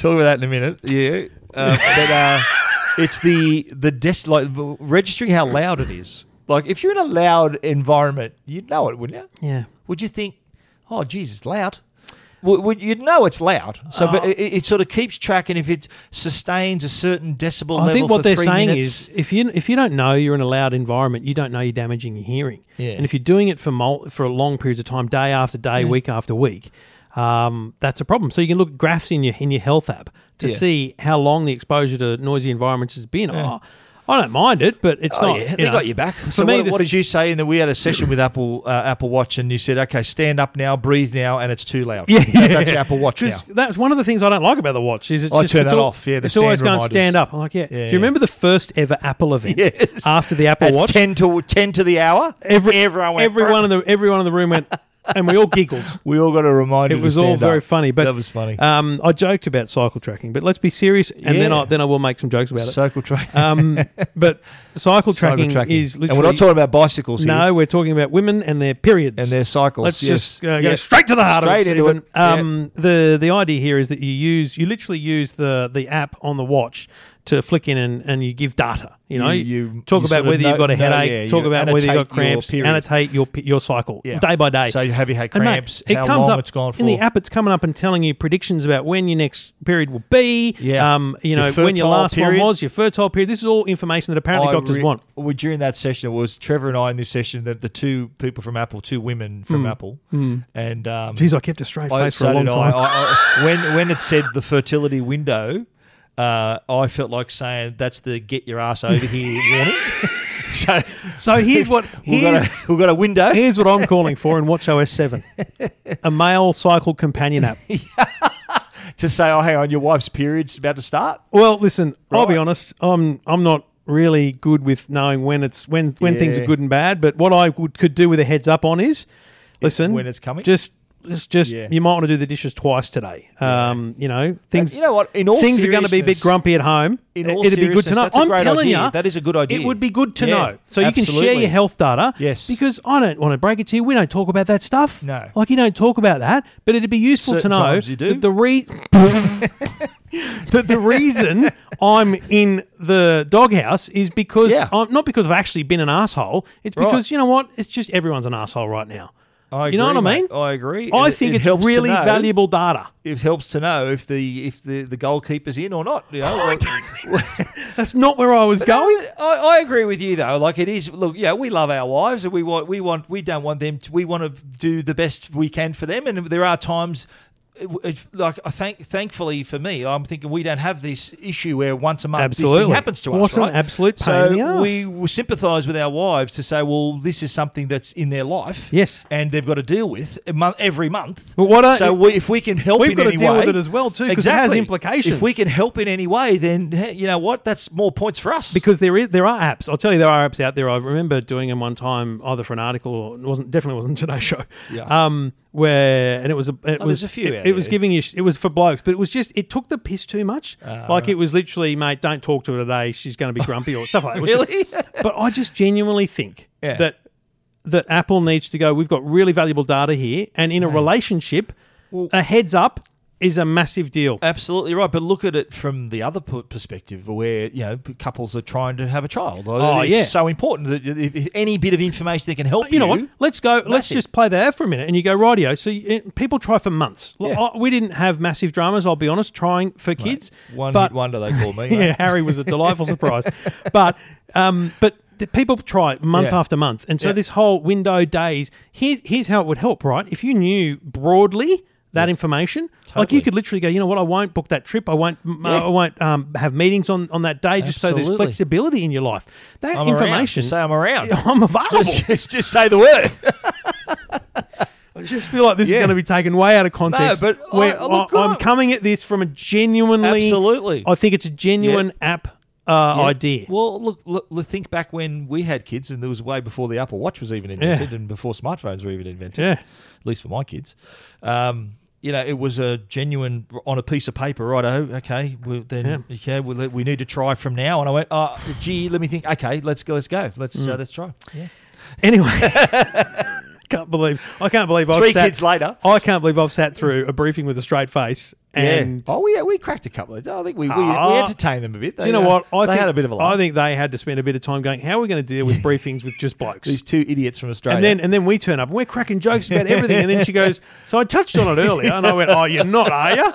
Speaker 2: Talk about that in a minute. Yeah, uh, but uh, it's the the des- like registering how loud it is. Like if you're in a loud environment, you'd know it, wouldn't you?
Speaker 1: Yeah.
Speaker 2: Would you think, oh, geez, it's loud? w- w- you'd know it's loud. So, but
Speaker 1: Oh.
Speaker 2: it, it sort of keeps track, and if it sustains a certain decibel level
Speaker 1: I think what
Speaker 2: for
Speaker 1: they're
Speaker 2: three
Speaker 1: saying
Speaker 2: minutes,
Speaker 1: is if you if you don't know you're in a loud environment, you don't know you're damaging your hearing.
Speaker 2: Yeah.
Speaker 1: And if you're doing it for mul- for long periods of time, day after day, week after week, um, that's a problem. So you can look at graphs in your in your health app to
Speaker 2: Yeah.
Speaker 1: see how long the exposure to noisy environments has been. Oh, I don't mind it, but it's
Speaker 2: Oh,
Speaker 1: not.
Speaker 2: yeah,
Speaker 1: you
Speaker 2: they
Speaker 1: know.
Speaker 2: got you back. so
Speaker 1: me,
Speaker 2: what,
Speaker 1: this-
Speaker 2: what did you say? And then we had a session with Apple uh, Apple Watch, and you said, "Okay, stand up now, breathe now," and it's too loud.
Speaker 1: Yeah,
Speaker 2: That- that's your Apple Watch now.
Speaker 1: 'Cause That's one of the things I don't like about the watch. Is it's
Speaker 2: I
Speaker 1: just,
Speaker 2: turn
Speaker 1: it's
Speaker 2: that
Speaker 1: all-
Speaker 2: off, yeah, the
Speaker 1: it's always
Speaker 2: stand
Speaker 1: going
Speaker 2: reminders.
Speaker 1: stand up. I'm like, yeah.
Speaker 2: Yeah,
Speaker 1: Do
Speaker 2: yeah.
Speaker 1: you remember the first ever Apple event
Speaker 2: Yes.
Speaker 1: after the Apple
Speaker 2: At
Speaker 1: Watch?
Speaker 2: ten to ten to the hour.
Speaker 1: every
Speaker 2: everyone went,
Speaker 1: everyone in the everyone in the room went, and we all giggled.
Speaker 2: We all got a reminder.
Speaker 1: It
Speaker 2: to
Speaker 1: was all
Speaker 2: stand
Speaker 1: very
Speaker 2: up.
Speaker 1: funny, but
Speaker 2: that was funny.
Speaker 1: Um, I joked about cycle tracking, but let's be serious, and then
Speaker 2: Yeah.
Speaker 1: I then I will make some jokes about it.
Speaker 2: Circle track.
Speaker 1: um, but cycle
Speaker 2: cyber
Speaker 1: tracking, is literally
Speaker 2: and we're not talking about bicycles here.
Speaker 1: no, we're talking about women and their periods
Speaker 2: and their cycles.
Speaker 1: Let's
Speaker 2: yes.
Speaker 1: just uh, go
Speaker 2: Yeah.
Speaker 1: straight to the heart
Speaker 2: Straight
Speaker 1: of it.
Speaker 2: into
Speaker 1: Stephen.
Speaker 2: it. Yeah.
Speaker 1: Um, The the idea here is that you use you literally use the the app on the watch to flick in and, and you give data. You know,
Speaker 2: You- you-
Speaker 1: talk
Speaker 2: you
Speaker 1: about
Speaker 2: sort of
Speaker 1: whether you've
Speaker 2: note-
Speaker 1: got a
Speaker 2: no,
Speaker 1: headache,
Speaker 2: yeah,
Speaker 1: talk
Speaker 2: you
Speaker 1: about whether you've got
Speaker 2: annotate your
Speaker 1: cramps,
Speaker 2: period.
Speaker 1: annotate your pe- your cycle
Speaker 2: Yeah.
Speaker 1: day by day.
Speaker 2: So have you had
Speaker 1: And, mate,
Speaker 2: cramps? how long it's gone for?
Speaker 1: in the app. It's coming up and telling you predictions about when your next period will be.
Speaker 2: Yeah.
Speaker 1: um, you
Speaker 2: Your
Speaker 1: know when your
Speaker 2: fertile
Speaker 1: last
Speaker 2: period.
Speaker 1: one was, your fertile period. This is all information that apparently
Speaker 2: I
Speaker 1: doctors
Speaker 2: re-
Speaker 1: want.
Speaker 2: Well, during that session, it was Trevor and I in this session that the two people from Apple, two women from
Speaker 1: Hmm.
Speaker 2: Apple, and um,
Speaker 1: Geez, I kept a straight
Speaker 2: I-
Speaker 1: face for
Speaker 2: so
Speaker 1: a long
Speaker 2: did
Speaker 1: time.
Speaker 2: I, I, I, when when it said the fertility window, uh, I felt like saying that's the get your ass over here warning. so
Speaker 1: so here's what
Speaker 2: we've
Speaker 1: here's-
Speaker 2: got, a, we've got a window.
Speaker 1: Here's what I'm calling for in WatchOS 7 a male cycle companion app.
Speaker 2: to say, oh, hang on, your wife's period's about to start.
Speaker 1: Well, listen, I'll be
Speaker 2: Right.
Speaker 1: honest, I'm, I'm not really good with knowing when it's when when things are
Speaker 2: Yeah.
Speaker 1: good and bad, but what I would, could do with a heads up on is listen,
Speaker 2: when it's coming?
Speaker 1: Just just, just
Speaker 2: Yeah.
Speaker 1: you might want to do the dishes twice today. Um, you know, things
Speaker 2: you know what? In all
Speaker 1: things are going to be a bit
Speaker 2: seriousness-
Speaker 1: grumpy at home.
Speaker 2: In all
Speaker 1: It'd be good to
Speaker 2: seriousness,
Speaker 1: know.
Speaker 2: that's a
Speaker 1: I'm
Speaker 2: great
Speaker 1: telling
Speaker 2: idea.
Speaker 1: you,
Speaker 2: That is a good idea.
Speaker 1: It would be good to
Speaker 2: Yeah,
Speaker 1: know, so you can share
Speaker 2: absolutely.
Speaker 1: your health data.
Speaker 2: Yes.
Speaker 1: because I don't want to break it to you. We don't talk about that stuff.
Speaker 2: No.
Speaker 1: like you don't talk about that. But it'd be useful
Speaker 2: Certain
Speaker 1: to know
Speaker 2: times you do.
Speaker 1: that the re. that the reason I'm in the doghouse is because
Speaker 2: Yeah.
Speaker 1: I'm not because I've actually been an asshole. It's
Speaker 2: Right.
Speaker 1: because you know what? It's just everyone's an asshole right now.
Speaker 2: I
Speaker 1: you know what
Speaker 2: agree,
Speaker 1: I mean?
Speaker 2: mate. I agree.
Speaker 1: I
Speaker 2: It-
Speaker 1: think
Speaker 2: it
Speaker 1: it's
Speaker 2: helps to
Speaker 1: really
Speaker 2: know.
Speaker 1: valuable data.
Speaker 2: It helps to know if the if the, the goalkeeper's in or not. You know,
Speaker 1: Oh,
Speaker 2: Well,
Speaker 1: That's not where I was going.
Speaker 2: I, I agree with you though. Like it is. Look, yeah, we love our wives, and we want we want we don't want them. To, we want to do the best we can for them, and there are times. it- it- Like I thank, thankfully for me, I'm thinking we don't have this issue where once a month this
Speaker 1: Absolutely.
Speaker 2: thing happens to
Speaker 1: What
Speaker 2: us.
Speaker 1: an
Speaker 2: right?
Speaker 1: absolute pain
Speaker 2: so
Speaker 1: in the arse.
Speaker 2: we will sympathise with our wives to say, well, this is something that's in their life,
Speaker 1: Yes.
Speaker 2: and they've got to deal with a month, every month.
Speaker 1: But what I-
Speaker 2: so we, if we can help,
Speaker 1: We've
Speaker 2: in
Speaker 1: got to
Speaker 2: any
Speaker 1: deal with
Speaker 2: way-
Speaker 1: it as well, too, 'cause it has
Speaker 2: Exactly.
Speaker 1: implications.
Speaker 2: If we can help in any way, then hey, you know what, that's more points for us.
Speaker 1: because there is there are apps. I'll tell you, there are apps out there. I remember doing them one time, either for an article or it wasn't definitely wasn't today's show.
Speaker 2: Yeah.
Speaker 1: Um, where and it was a it
Speaker 2: Oh,
Speaker 1: was
Speaker 2: there's a few
Speaker 1: It,
Speaker 2: out
Speaker 1: it was
Speaker 2: there.
Speaker 1: giving you sh- it was for blokes, but it was just it took the piss too much. like it was literally, mate, don't talk to her today. She's going to be grumpy or stuff like that. It was just-
Speaker 2: Really?
Speaker 1: but I just genuinely think
Speaker 2: Yeah.
Speaker 1: that that Apple needs to go. We've got really valuable data here, and in a relationship, a heads up is a massive deal.
Speaker 2: Absolutely right, but look at it from the other p- perspective, where you know p- couples are trying to have a child.
Speaker 1: Oh,
Speaker 2: it's
Speaker 1: yeah.
Speaker 2: so important that if, if any bit of information that can help
Speaker 1: you know what? Let's go. Let's
Speaker 2: Massive.
Speaker 1: just play that out for a minute. And you go, rightio. So you, people try for months. L-
Speaker 2: Yeah.
Speaker 1: I- we didn't have massive dramas. I'll be honest. Trying for kids,
Speaker 2: One
Speaker 1: but
Speaker 2: hit wonder they call me.
Speaker 1: yeah,
Speaker 2: mate.
Speaker 1: Harry was a delightful surprise. But um, but the people try month
Speaker 2: Yeah.
Speaker 1: after month, and so
Speaker 2: Yeah.
Speaker 1: this whole window days. Here's here's how it would help, right? If you knew broadly. That information, like you
Speaker 2: Totally.
Speaker 1: could literally go, you know what? I won't book that trip. I won't. m- I won't um, have meetings on, on that day. Just so there's
Speaker 2: Absolutely.
Speaker 1: flexibility in your life. That
Speaker 2: I'm around.
Speaker 1: information,
Speaker 2: Just say I'm around.
Speaker 1: I'm available.
Speaker 2: just, just- just say the word.
Speaker 1: just feel like this is
Speaker 2: Yeah.
Speaker 1: going to be taken way out of context.
Speaker 2: No, but I-
Speaker 1: Where
Speaker 2: I look
Speaker 1: I, am
Speaker 2: good.
Speaker 1: coming at this from a genuinely,
Speaker 2: Absolutely.
Speaker 1: I think it's a genuine app uh, idea.
Speaker 2: Well, look, look, look, think back when we had kids, and there was way before the Apple Watch was even invented, and before smartphones were even invented.
Speaker 1: Yeah.
Speaker 2: at least for my kids. Um, you know, it was a genuine on a piece of paper, right? Oh, okay, well, then okay, well, we need to try from now. And I went, oh, gee, let me think. Okay, let's go, let's go, let's
Speaker 1: Mm.
Speaker 2: uh, let's try. Yeah.
Speaker 1: Anyway, can't believe I can't believe I've
Speaker 2: Three
Speaker 1: sat, Oh,
Speaker 2: kids later.
Speaker 1: I can't believe I've sat through a briefing with a straight face And
Speaker 2: yeah. Oh, we, we cracked a couple of. I think we we, we
Speaker 1: Ah.
Speaker 2: entertained them a bit.
Speaker 1: do you know
Speaker 2: uh,
Speaker 1: what? I
Speaker 2: they
Speaker 1: think,
Speaker 2: had a bit of a laugh.
Speaker 1: I think they had to spend a bit of time going, how are we going to deal with briefings with just blokes?
Speaker 2: these two idiots from Australia.
Speaker 1: And then and then we turn up and we're cracking jokes about everything. And then she goes, So I touched on it earlier. And I went, Oh, you're not, are you?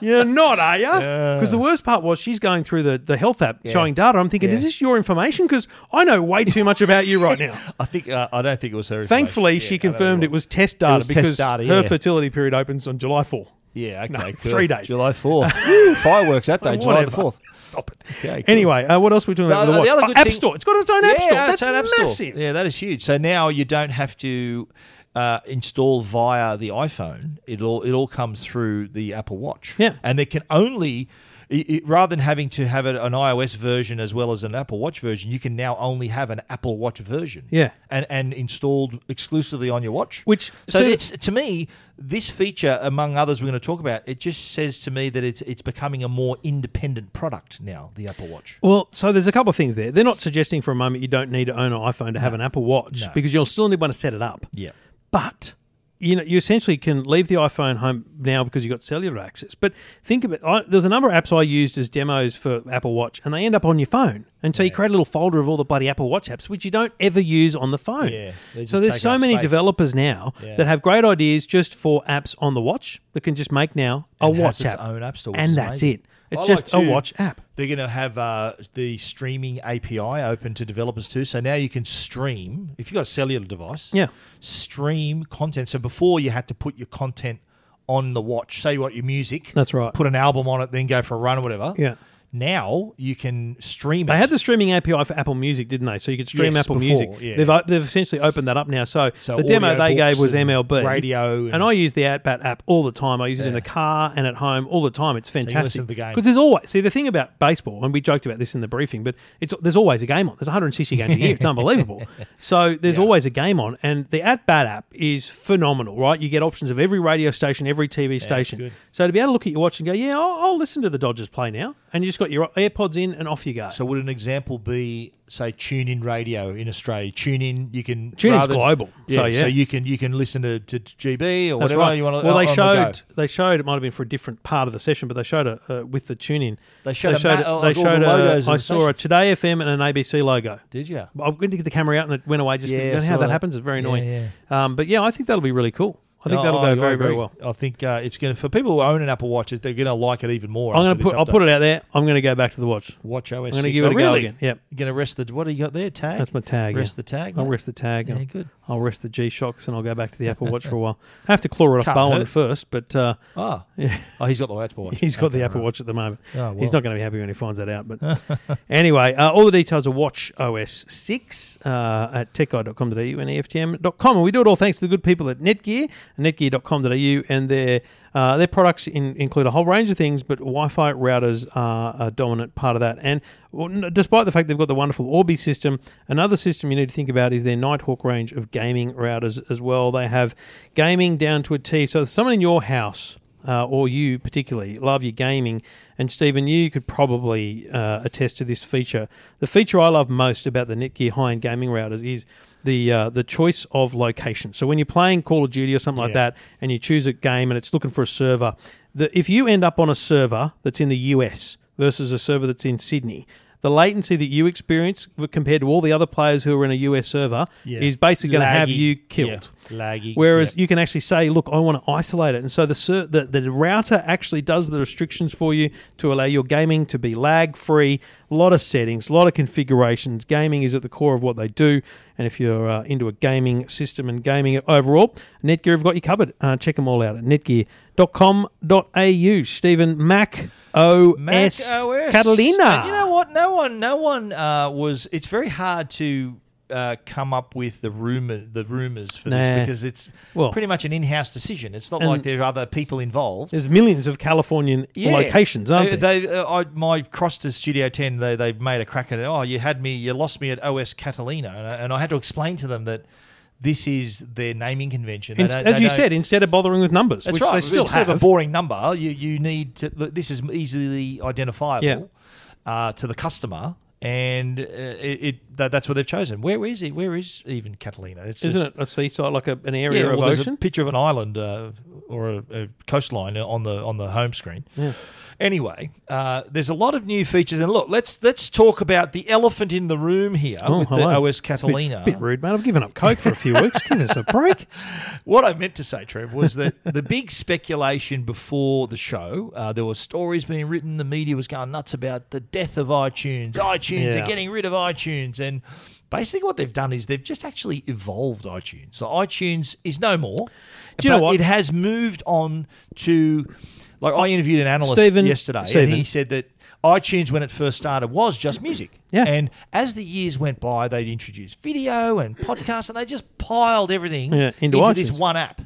Speaker 1: You're not, are you? Because the worst part was she's going through the, the health app showing data. I'm thinking,
Speaker 2: Yeah.
Speaker 1: Is this your information? Because I know way too much about you right now.
Speaker 2: I think uh, I don't think it was her. information.
Speaker 1: Thankfully,
Speaker 2: Yeah,
Speaker 1: she
Speaker 2: I don't
Speaker 1: confirmed
Speaker 2: know.
Speaker 1: it was test data
Speaker 2: was test
Speaker 1: because
Speaker 2: data,
Speaker 1: her
Speaker 2: yeah.
Speaker 1: fertility period opens on July 4.
Speaker 2: Yeah, okay, cool.
Speaker 1: three days.
Speaker 2: July fourth. Fireworks that day, July
Speaker 1: Whatever.
Speaker 2: the fourth.
Speaker 1: Stop it.
Speaker 2: Okay, cool.
Speaker 1: Anyway, uh, what else are we talking about?
Speaker 2: The-
Speaker 1: with
Speaker 2: the
Speaker 1: watch?
Speaker 2: other
Speaker 1: Oh,
Speaker 2: good
Speaker 1: app
Speaker 2: thing-
Speaker 1: Store. It's got its own app store.
Speaker 2: it's
Speaker 1: That's
Speaker 2: an app store.
Speaker 1: massive.
Speaker 2: Yeah, that is huge. So now you don't have to uh, install via the iPhone. It all it all comes through the Apple Watch.
Speaker 1: Yeah.
Speaker 2: and they can only. i i rather than having to have it- an iOS version as well as an Apple Watch version, you can now only have an Apple Watch version.
Speaker 1: Yeah.
Speaker 2: and and installed exclusively on your watch.
Speaker 1: Which-
Speaker 2: so,
Speaker 1: so-
Speaker 2: it's to me this feature, among others we're going to talk about, it just says to me that it's it's becoming a more independent product now. The Apple Watch.
Speaker 1: Well, so there's a couple of things there. They're not suggesting for a moment you don't need to own an iPhone to have an Apple Watch
Speaker 2: No.
Speaker 1: because you'll still need one to set it up.
Speaker 2: Yeah.
Speaker 1: But you know, you essentially can leave the iPhone home now because you've got cellular access. But think about I, there's a number of apps I used as demos for Apple Watch, and they end up on your phone. And so you create a little folder of all the bloody Apple Watch apps, which you don't ever use on the phone.
Speaker 2: Yeah, they just
Speaker 1: so there's
Speaker 2: take
Speaker 1: so
Speaker 2: up
Speaker 1: many
Speaker 2: space.
Speaker 1: developers now that have great ideas just for apps on the watch that can just make now a
Speaker 2: And has
Speaker 1: watch
Speaker 2: its
Speaker 1: app,
Speaker 2: own app store, which is
Speaker 1: and that's
Speaker 2: amazing.
Speaker 1: it. It's
Speaker 2: I like
Speaker 1: just a
Speaker 2: too-
Speaker 1: watch app.
Speaker 2: They're going to have uh, the streaming API open to developers too. So now you can stream if you've got a cellular device.
Speaker 1: Yeah.
Speaker 2: stream content. So before you had to put your content on the watch. Say you want your music.
Speaker 1: That's right.
Speaker 2: Put an album on it, then go for a run or whatever.
Speaker 1: Yeah.
Speaker 2: Now you can stream.
Speaker 1: They
Speaker 2: it.
Speaker 1: had the streaming API for Apple Music, didn't they? So you could stream
Speaker 2: Yes,
Speaker 1: Apple
Speaker 2: before,
Speaker 1: Music.
Speaker 2: yeah.
Speaker 1: They've o- they've essentially opened that up now. So,
Speaker 2: So
Speaker 1: the demo
Speaker 2: audio
Speaker 1: they gave
Speaker 2: books
Speaker 1: was
Speaker 2: and
Speaker 1: MLB
Speaker 2: radio
Speaker 1: and,
Speaker 2: and-
Speaker 1: I use the Outbat app all the time. I use it in the car and at home all the time. It's
Speaker 2: listen
Speaker 1: fantastic
Speaker 2: to the game.
Speaker 1: because there's always see the thing about baseball, and we joked about this in the briefing, but it's there's always a game on. There's 160 games a year. It's unbelievable. So there's always a game on, and the At Bat app is phenomenal, right? You get options of every radio station, every TV station.
Speaker 2: good.
Speaker 1: So to be able to look at your watch and go, yeah, I'll, I'll listen to the Dodgers play now, and you just got your AirPods in and off you go.
Speaker 2: So would an example be say tune in radio in Australia? Tune in you can
Speaker 1: Tune In's
Speaker 2: rather-
Speaker 1: global,
Speaker 2: Yeah,
Speaker 1: so, yeah.
Speaker 2: So you can you can listen to, to GB or whatever you want. to
Speaker 1: well, they
Speaker 2: on the go.
Speaker 1: showed they showed it might have been for a different part of the session, but they showed it uh, with the tune in.
Speaker 2: They showed a ma-
Speaker 1: it-
Speaker 2: of
Speaker 1: they
Speaker 2: all the
Speaker 1: showed a-
Speaker 2: logos of
Speaker 1: I
Speaker 2: the
Speaker 1: saw a
Speaker 2: stations.
Speaker 1: Today FM and an ABC logo.
Speaker 2: Did you?
Speaker 1: I'm going to get the camera out and it went away. Just
Speaker 2: Yeah,
Speaker 1: you know how
Speaker 2: I saw
Speaker 1: that,
Speaker 2: that.
Speaker 1: happens. It's very
Speaker 2: Yeah,
Speaker 1: annoying.
Speaker 2: yeah.
Speaker 1: Um, but yeah, I think that'll be really cool. I think that'll
Speaker 2: I- I
Speaker 1: go very very
Speaker 2: agree.
Speaker 1: well.
Speaker 2: I think uh, it's going to for people who own an Apple Watch, they're going to like it even more.
Speaker 1: I'm going
Speaker 2: after
Speaker 1: to put
Speaker 2: this
Speaker 1: I'll
Speaker 2: update.
Speaker 1: put it out there. I'm going to go back to the watch.
Speaker 2: Watch OS.
Speaker 1: I'm going to
Speaker 2: 6.
Speaker 1: give it
Speaker 2: Oh,
Speaker 1: a go
Speaker 2: really?
Speaker 1: again. Yep.
Speaker 2: You're going to rest the what do you got there? Tag.
Speaker 1: That's my tag.
Speaker 2: Rest
Speaker 1: yeah.
Speaker 2: the tag.
Speaker 1: I'll
Speaker 2: mate.
Speaker 1: rest the tag.
Speaker 2: Yeah,
Speaker 1: and
Speaker 2: good.
Speaker 1: I'll rest the G Shocks and I'll go back to the Apple Watch for a while. I have to claw it off
Speaker 2: Can't
Speaker 1: Bowen
Speaker 2: hurt.
Speaker 1: first, but uh,
Speaker 2: Ah.
Speaker 1: yeah.
Speaker 2: Oh, he's got the Apple Watch.
Speaker 1: He's got the
Speaker 2: Okay,
Speaker 1: Apple
Speaker 2: right.
Speaker 1: Watch at the moment.
Speaker 2: Oh, well.
Speaker 1: He's not going to be happy when he finds that out. But anyway, uh, all the details are watch OS 6 uh, at techguide.com.au and E EFTM.com. And we do it all thanks to the good people at Netgear, netgear.com.au, and their uh, their products in, include a whole range of things, but Wi Fi routers are a dominant part of that. And well, n- despite the fact they've got the wonderful Orbi system, another system you need to think about is their Nighthawk range of gaming routers as well. They have gaming down to a T. So, if someone in your house uh, or you particularly love your gaming. And Stephen, you could probably uh, attest to this feature. The feature I love most about the Netgear high-end gaming routers is the uh, the choice of location. So when you're playing Call of Duty or something like
Speaker 2: Yeah.
Speaker 1: that, and you choose a game and it's looking for a server, the, if you end up on a server that's in the US versus a server that's in Sydney. The latency that you experience compared to all the other players who are in a US server
Speaker 2: Yeah.
Speaker 1: is basically going to have
Speaker 2: Laggy.
Speaker 1: you
Speaker 2: Yeah.
Speaker 1: killed.
Speaker 2: Laggy.
Speaker 1: Whereas
Speaker 2: Yep.
Speaker 1: you can actually say, look, I want to isolate it. And so the, ser- the the router actually does the restrictions for you to allow your gaming to be lag free. A lot of settings, a lot of configurations. Gaming is at the core of what they do. And if you're uh, into a gaming system and gaming overall, Netgear have got you covered. Uh, check them all out at netgear.com.au. Stephen Mac OS,
Speaker 2: Mac OS.
Speaker 1: Catalina.
Speaker 2: And you know what? No one, no one uh, was. It's very hard to uh, come up with the rumor, the rumors for
Speaker 1: Nah.
Speaker 2: this because it's
Speaker 1: Well-
Speaker 2: pretty much an in-house decision. It's not
Speaker 1: And-
Speaker 2: like there are other people involved.
Speaker 1: There's millions of Californian locations, aren't
Speaker 2: they,
Speaker 1: there?
Speaker 2: They, uh, I, my cross to Studio 10, they, they made a crack at it. Oh, you had me, you lost me at OS Catalina. And I, and I had to explain to them that this is their naming convention. They
Speaker 1: Inst-
Speaker 2: don't-
Speaker 1: as
Speaker 2: they
Speaker 1: you
Speaker 2: don't-
Speaker 1: said, instead of bothering with numbers,
Speaker 2: that's
Speaker 1: which
Speaker 2: right.
Speaker 1: they still
Speaker 2: Instead
Speaker 1: have.
Speaker 2: of a boring number, you, you need to, look, this is easily identifiable
Speaker 1: Yeah.
Speaker 2: uh, to the customer. And uh, it, it that, that's what they've chosen. Where is it? Where is even Catalina? It's
Speaker 1: Isn't
Speaker 2: just-
Speaker 1: it a seaside, like a, an area
Speaker 2: well,
Speaker 1: of
Speaker 2: there's
Speaker 1: ocean?
Speaker 2: A picture of an island uh, or a, a coastline on the on the home screen. Anyway, uh, there's a lot of new features, and look, let's let's talk about the elephant in the room here with the OS
Speaker 1: Oh, It's a bit-
Speaker 2: Catalina.
Speaker 1: bit, rude, mate. I've given up Coke for a few weeks. Give us a break.
Speaker 2: What I meant to say, Trev, was that the big speculation before the show, uh, there were stories being written. The media was going nuts about the death of iTunes. iTunes,
Speaker 1: Yeah.
Speaker 2: they're getting rid of iTunes, and basically what they've done is they've just actually evolved iTunes. So iTunes is no more.
Speaker 1: Do you know
Speaker 2: but
Speaker 1: what?
Speaker 2: It has moved on to, like I interviewed an analyst
Speaker 1: Stephen-
Speaker 2: yesterday, and
Speaker 1: Stephen.
Speaker 2: he said that iTunes when it first started was just music.
Speaker 1: Yeah.
Speaker 2: And as the years went by, they'd introduced video and podcasts, and they just piled everything
Speaker 1: Yeah, into
Speaker 2: into, this
Speaker 1: iTunes.
Speaker 2: one app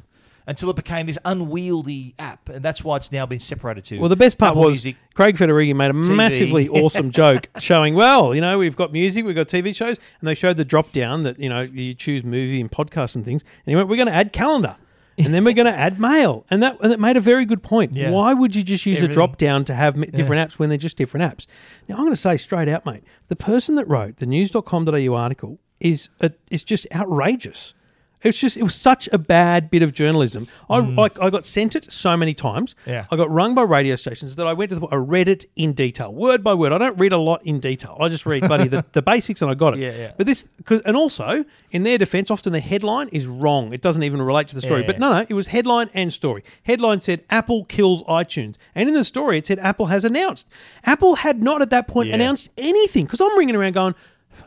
Speaker 2: until it became this unwieldy app, and that's why it's now been separated to.
Speaker 1: Well, the best part
Speaker 2: Apple
Speaker 1: was
Speaker 2: Music.
Speaker 1: Craig Federighi made a massively awesome joke showing, well, you know, we've got music, we've got TV shows, and they showed the drop down that, you know, you choose movie and podcast and things. And he went, we're going to add calendar. And then we're going to add mail, and that and it made a very good point.
Speaker 2: Yeah.
Speaker 1: Why would you just use a
Speaker 2: Everything.
Speaker 1: drop down to have m- different apps when they're just different apps? Now I'm going to say straight out, mate, the person that wrote the news.com.au article is a, is just outrageous. It's just it was such a bad bit of journalism. I,
Speaker 2: Mm.
Speaker 1: I, I got sent it so many times.
Speaker 2: Yeah.
Speaker 1: I got rung by radio stations that I went to. The, I read it in detail, word by word. I don't read a lot in detail. I just read, buddy, the, the basics, and I got it.
Speaker 2: Yeah, yeah.
Speaker 1: But this, cause, and also in their defence, often the headline is wrong. It doesn't even relate to the story.
Speaker 2: Yeah.
Speaker 1: But no, no, it was headline and story. Headline said Apple kills iTunes, and in the story it said Apple has announced. Apple had not at that point
Speaker 2: Yeah.
Speaker 1: announced anything because I'm ringing around going.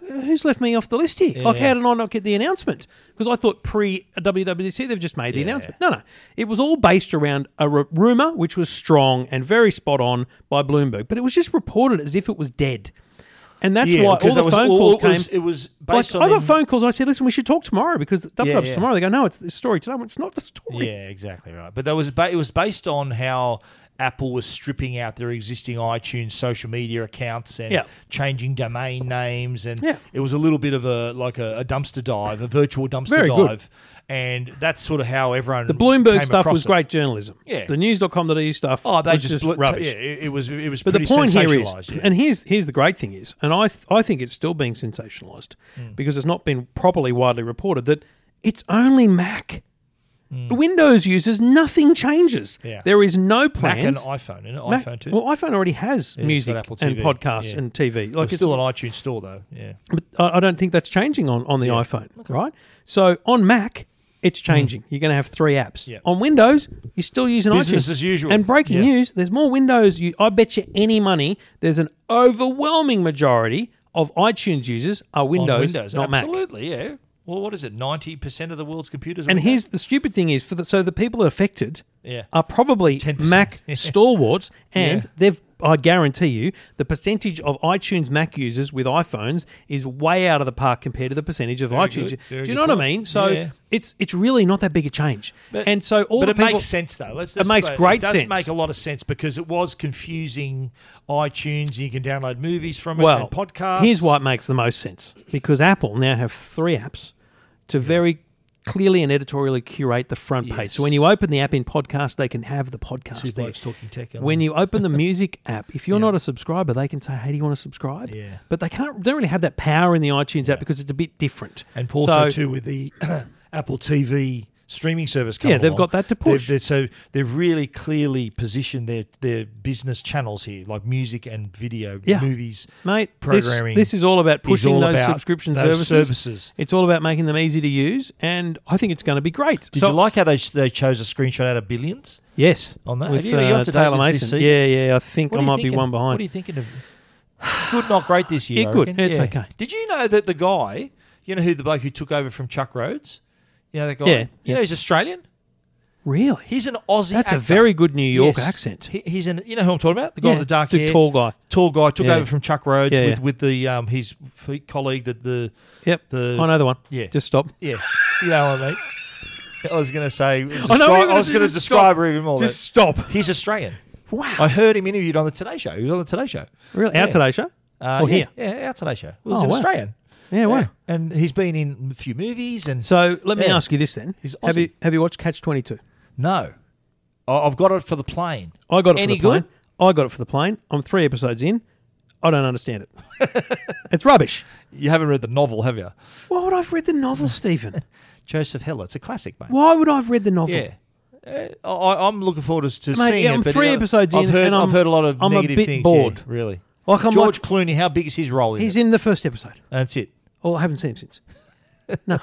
Speaker 1: Who's left me off the list here? Like, how did I not get the announcement? Because I thought pre WWDC they've just made the announcement. No, no, it was all based around a rumor which was strong and very spot on by Bloomberg, but it was just reported as if it was dead, and that's
Speaker 2: Yeah,
Speaker 1: why all
Speaker 2: because
Speaker 1: the
Speaker 2: that was-
Speaker 1: phone
Speaker 2: all-
Speaker 1: calls
Speaker 2: it was-
Speaker 1: came.
Speaker 2: it was
Speaker 1: Like,
Speaker 2: based on
Speaker 1: I got
Speaker 2: them-
Speaker 1: phone calls. and I said, "Listen, we should talk tomorrow because the dub
Speaker 2: Yeah,
Speaker 1: dub's
Speaker 2: yeah.
Speaker 1: tomorrow." They go, "No, it's the story today. I went, It's not the story."
Speaker 2: Yeah, exactly right. But that was ba- it was based on how Apple was stripping out their existing iTunes social media accounts and
Speaker 1: Yeah.
Speaker 2: changing domain names, and
Speaker 1: Yeah.
Speaker 2: it was a little bit of a like a, a dumpster dive, a virtual dumpster
Speaker 1: Very good.
Speaker 2: dive, and that's sort of how everyone
Speaker 1: The Bloomberg
Speaker 2: came
Speaker 1: stuff
Speaker 2: across
Speaker 1: was
Speaker 2: it.
Speaker 1: great journalism.
Speaker 2: Yeah.
Speaker 1: The news.com.au stuff
Speaker 2: Oh, they
Speaker 1: was
Speaker 2: just,
Speaker 1: just
Speaker 2: blo-
Speaker 1: rubbish.
Speaker 2: Yeah, it, it was it was.
Speaker 1: But the
Speaker 2: pretty
Speaker 1: point here is,
Speaker 2: sensationalised, yeah.
Speaker 1: and here's here's the great thing is, and I th- I think it's still being sensationalized
Speaker 2: Mm.
Speaker 1: because it's not been properly widely reported that it's only Mac. Windows users, nothing changes.
Speaker 2: Mm. Yeah.
Speaker 1: There is no
Speaker 2: Mac and
Speaker 1: plans.
Speaker 2: iPhone, and
Speaker 1: Mac-
Speaker 2: iPhone too.
Speaker 1: Well, iPhone already has
Speaker 2: it's
Speaker 1: music
Speaker 2: got Apple
Speaker 1: and
Speaker 2: TV,
Speaker 1: podcasts
Speaker 2: yeah.
Speaker 1: and TV. Like
Speaker 2: it's still an iTunes store though. Yeah.
Speaker 1: But I I don't think that's changing on, on the iPhone, right? So on Mac, it's changing. You're going to have three apps.
Speaker 2: Hmm. Yeah.
Speaker 1: On Windows, you're still using
Speaker 2: Business
Speaker 1: iTunes.
Speaker 2: as usual.
Speaker 1: And breaking
Speaker 2: Yeah.
Speaker 1: news, there's more Windows. You, I bet you any money, there's an overwhelming majority of iTunes users are Windows,
Speaker 2: On Windows,
Speaker 1: not Mac.
Speaker 2: absolutely, yeah. Well, what is it? Ninety percent of the world's computers. Are
Speaker 1: And
Speaker 2: Windows.
Speaker 1: here's the stupid thing is for the, so the people affected
Speaker 2: Yeah.
Speaker 1: are probably
Speaker 2: 10%.
Speaker 1: Mac stalwarts, and
Speaker 2: Yeah.
Speaker 1: they've I guarantee you the percentage of iTunes Mac users with iPhones is way out of the park compared to the percentage of iTunes.
Speaker 2: good.
Speaker 1: Do
Speaker 2: Very
Speaker 1: you
Speaker 2: good
Speaker 1: know what I
Speaker 2: point.
Speaker 1: mean? So
Speaker 2: Yeah.
Speaker 1: it's it's really not that big a change. and so all
Speaker 2: but
Speaker 1: the
Speaker 2: it
Speaker 1: people,
Speaker 2: makes sense though. Let's,
Speaker 1: It
Speaker 2: let's
Speaker 1: makes
Speaker 2: go-
Speaker 1: great
Speaker 2: It does
Speaker 1: sense.
Speaker 2: make a lot of sense because it was confusing iTunes. and You can download movies from it
Speaker 1: Well,
Speaker 2: and podcasts.
Speaker 1: Here's why it makes the most sense because Apple now have three apps to very clearly and editorially curate the front page. So when you open the app in podcast, they can have the podcast
Speaker 2: Two
Speaker 1: there.
Speaker 2: Blokes Talking Tech, I
Speaker 1: when
Speaker 2: love
Speaker 1: you open the music app, if you're not a subscriber, they can say, "Hey, do you want to subscribe?"
Speaker 2: Yeah.
Speaker 1: But they can't don't really have that power in the iTunes app because it's a bit different.
Speaker 2: and also
Speaker 1: So-
Speaker 2: too with the Apple TV streaming service. Coming
Speaker 1: Yeah, they've
Speaker 2: along,
Speaker 1: got that to push.
Speaker 2: They've, they so they've really clearly positioned their their business channels here, like music and video,
Speaker 1: Yeah.
Speaker 2: movies,
Speaker 1: Mate, this,
Speaker 2: programming.
Speaker 1: this is all about pushing
Speaker 2: all
Speaker 1: those
Speaker 2: about
Speaker 1: subscription
Speaker 2: those
Speaker 1: services.
Speaker 2: services.
Speaker 1: It's all about making them easy to use, and I think it's going to be great.
Speaker 2: Did
Speaker 1: So-
Speaker 2: you like how they they chose a screenshot out of Billions?
Speaker 1: Yes,
Speaker 2: on that?
Speaker 1: with
Speaker 2: Have you- are you up
Speaker 1: uh,
Speaker 2: to date
Speaker 1: Taylor
Speaker 2: with this
Speaker 1: Mason.
Speaker 2: season?
Speaker 1: Yeah, yeah. I think
Speaker 2: What
Speaker 1: I
Speaker 2: are you
Speaker 1: might be
Speaker 2: thinking-
Speaker 1: one behind.
Speaker 2: What are you thinking of? Good, not great this year.
Speaker 1: Yeah,
Speaker 2: I
Speaker 1: good.
Speaker 2: reckon.
Speaker 1: It's okay.
Speaker 2: Did you know that the guy, you know who the bloke who took over from Chuck Rhodes, you know that guy,
Speaker 1: Yeah,
Speaker 2: you
Speaker 1: yeah.
Speaker 2: know he's Australian.
Speaker 1: really?
Speaker 2: He's an Aussie.
Speaker 1: That's a
Speaker 2: actor.
Speaker 1: very good New York
Speaker 2: Yes.
Speaker 1: accent.
Speaker 2: He, he's an, you know who I'm talking about, the guy
Speaker 1: Yeah,
Speaker 2: with the dark
Speaker 1: the
Speaker 2: hair,
Speaker 1: tall guy.
Speaker 2: tall guy took
Speaker 1: Yeah.
Speaker 2: over from Chuck Rhodes
Speaker 1: Yeah,
Speaker 2: with,
Speaker 1: yeah.
Speaker 2: with the um his f- colleague that the
Speaker 1: Yep,
Speaker 2: The-
Speaker 1: I know the one.
Speaker 2: Yeah.
Speaker 1: just stop.
Speaker 2: yeah, you know what I mean. I was going to say,
Speaker 1: I know what you're
Speaker 2: describe- I
Speaker 1: gonna
Speaker 2: was
Speaker 1: say,
Speaker 2: going to
Speaker 1: just
Speaker 2: describe
Speaker 1: stop.
Speaker 2: her even more.
Speaker 1: Just
Speaker 2: but
Speaker 1: stop.
Speaker 2: He's Australian.
Speaker 1: Wow,
Speaker 2: I heard him interviewed on the Today Show. He was on the Today Show.
Speaker 1: really? Our
Speaker 2: Yeah.
Speaker 1: Today Show
Speaker 2: Uh,
Speaker 1: or
Speaker 2: yeah,
Speaker 1: Oh, here?
Speaker 2: Yeah, our Today Show. It was
Speaker 1: Oh,
Speaker 2: an
Speaker 1: wow.
Speaker 2: Australian.
Speaker 1: Yeah, wow.
Speaker 2: And he's been in a few movies and
Speaker 1: So let me
Speaker 2: Yeah.
Speaker 1: ask you this then:
Speaker 2: He's
Speaker 1: Have you
Speaker 2: Aussie.
Speaker 1: have you watched Catch Twenty Two?
Speaker 2: no, I- I've got it for the plane.
Speaker 1: I got it
Speaker 2: Any
Speaker 1: for the plane.
Speaker 2: good?
Speaker 1: I got it for the plane. I'm three episodes in. I don't understand it. it's rubbish.
Speaker 2: You haven't read the novel, have you?
Speaker 1: Why would I have read the novel, Stephen?
Speaker 2: Joseph Heller. It's a classic, mate.
Speaker 1: Why would I have read the novel?
Speaker 2: Yeah. Uh, I, I'm looking forward to, to
Speaker 1: Mate,
Speaker 2: seeing
Speaker 1: yeah, I'm
Speaker 2: it. but
Speaker 1: three
Speaker 2: I-
Speaker 1: episodes
Speaker 2: I've
Speaker 1: in
Speaker 2: heard,
Speaker 1: and
Speaker 2: I've
Speaker 1: I'm-
Speaker 2: heard a lot of
Speaker 1: I'm a
Speaker 2: negative
Speaker 1: bit
Speaker 2: things.
Speaker 1: bored.
Speaker 2: yeah, really.
Speaker 1: Like I'm
Speaker 2: George Clooney, how big is his role? In
Speaker 1: he's
Speaker 2: it?
Speaker 1: in the first episode.
Speaker 2: That's it.
Speaker 1: Oh, I haven't seen him since. No,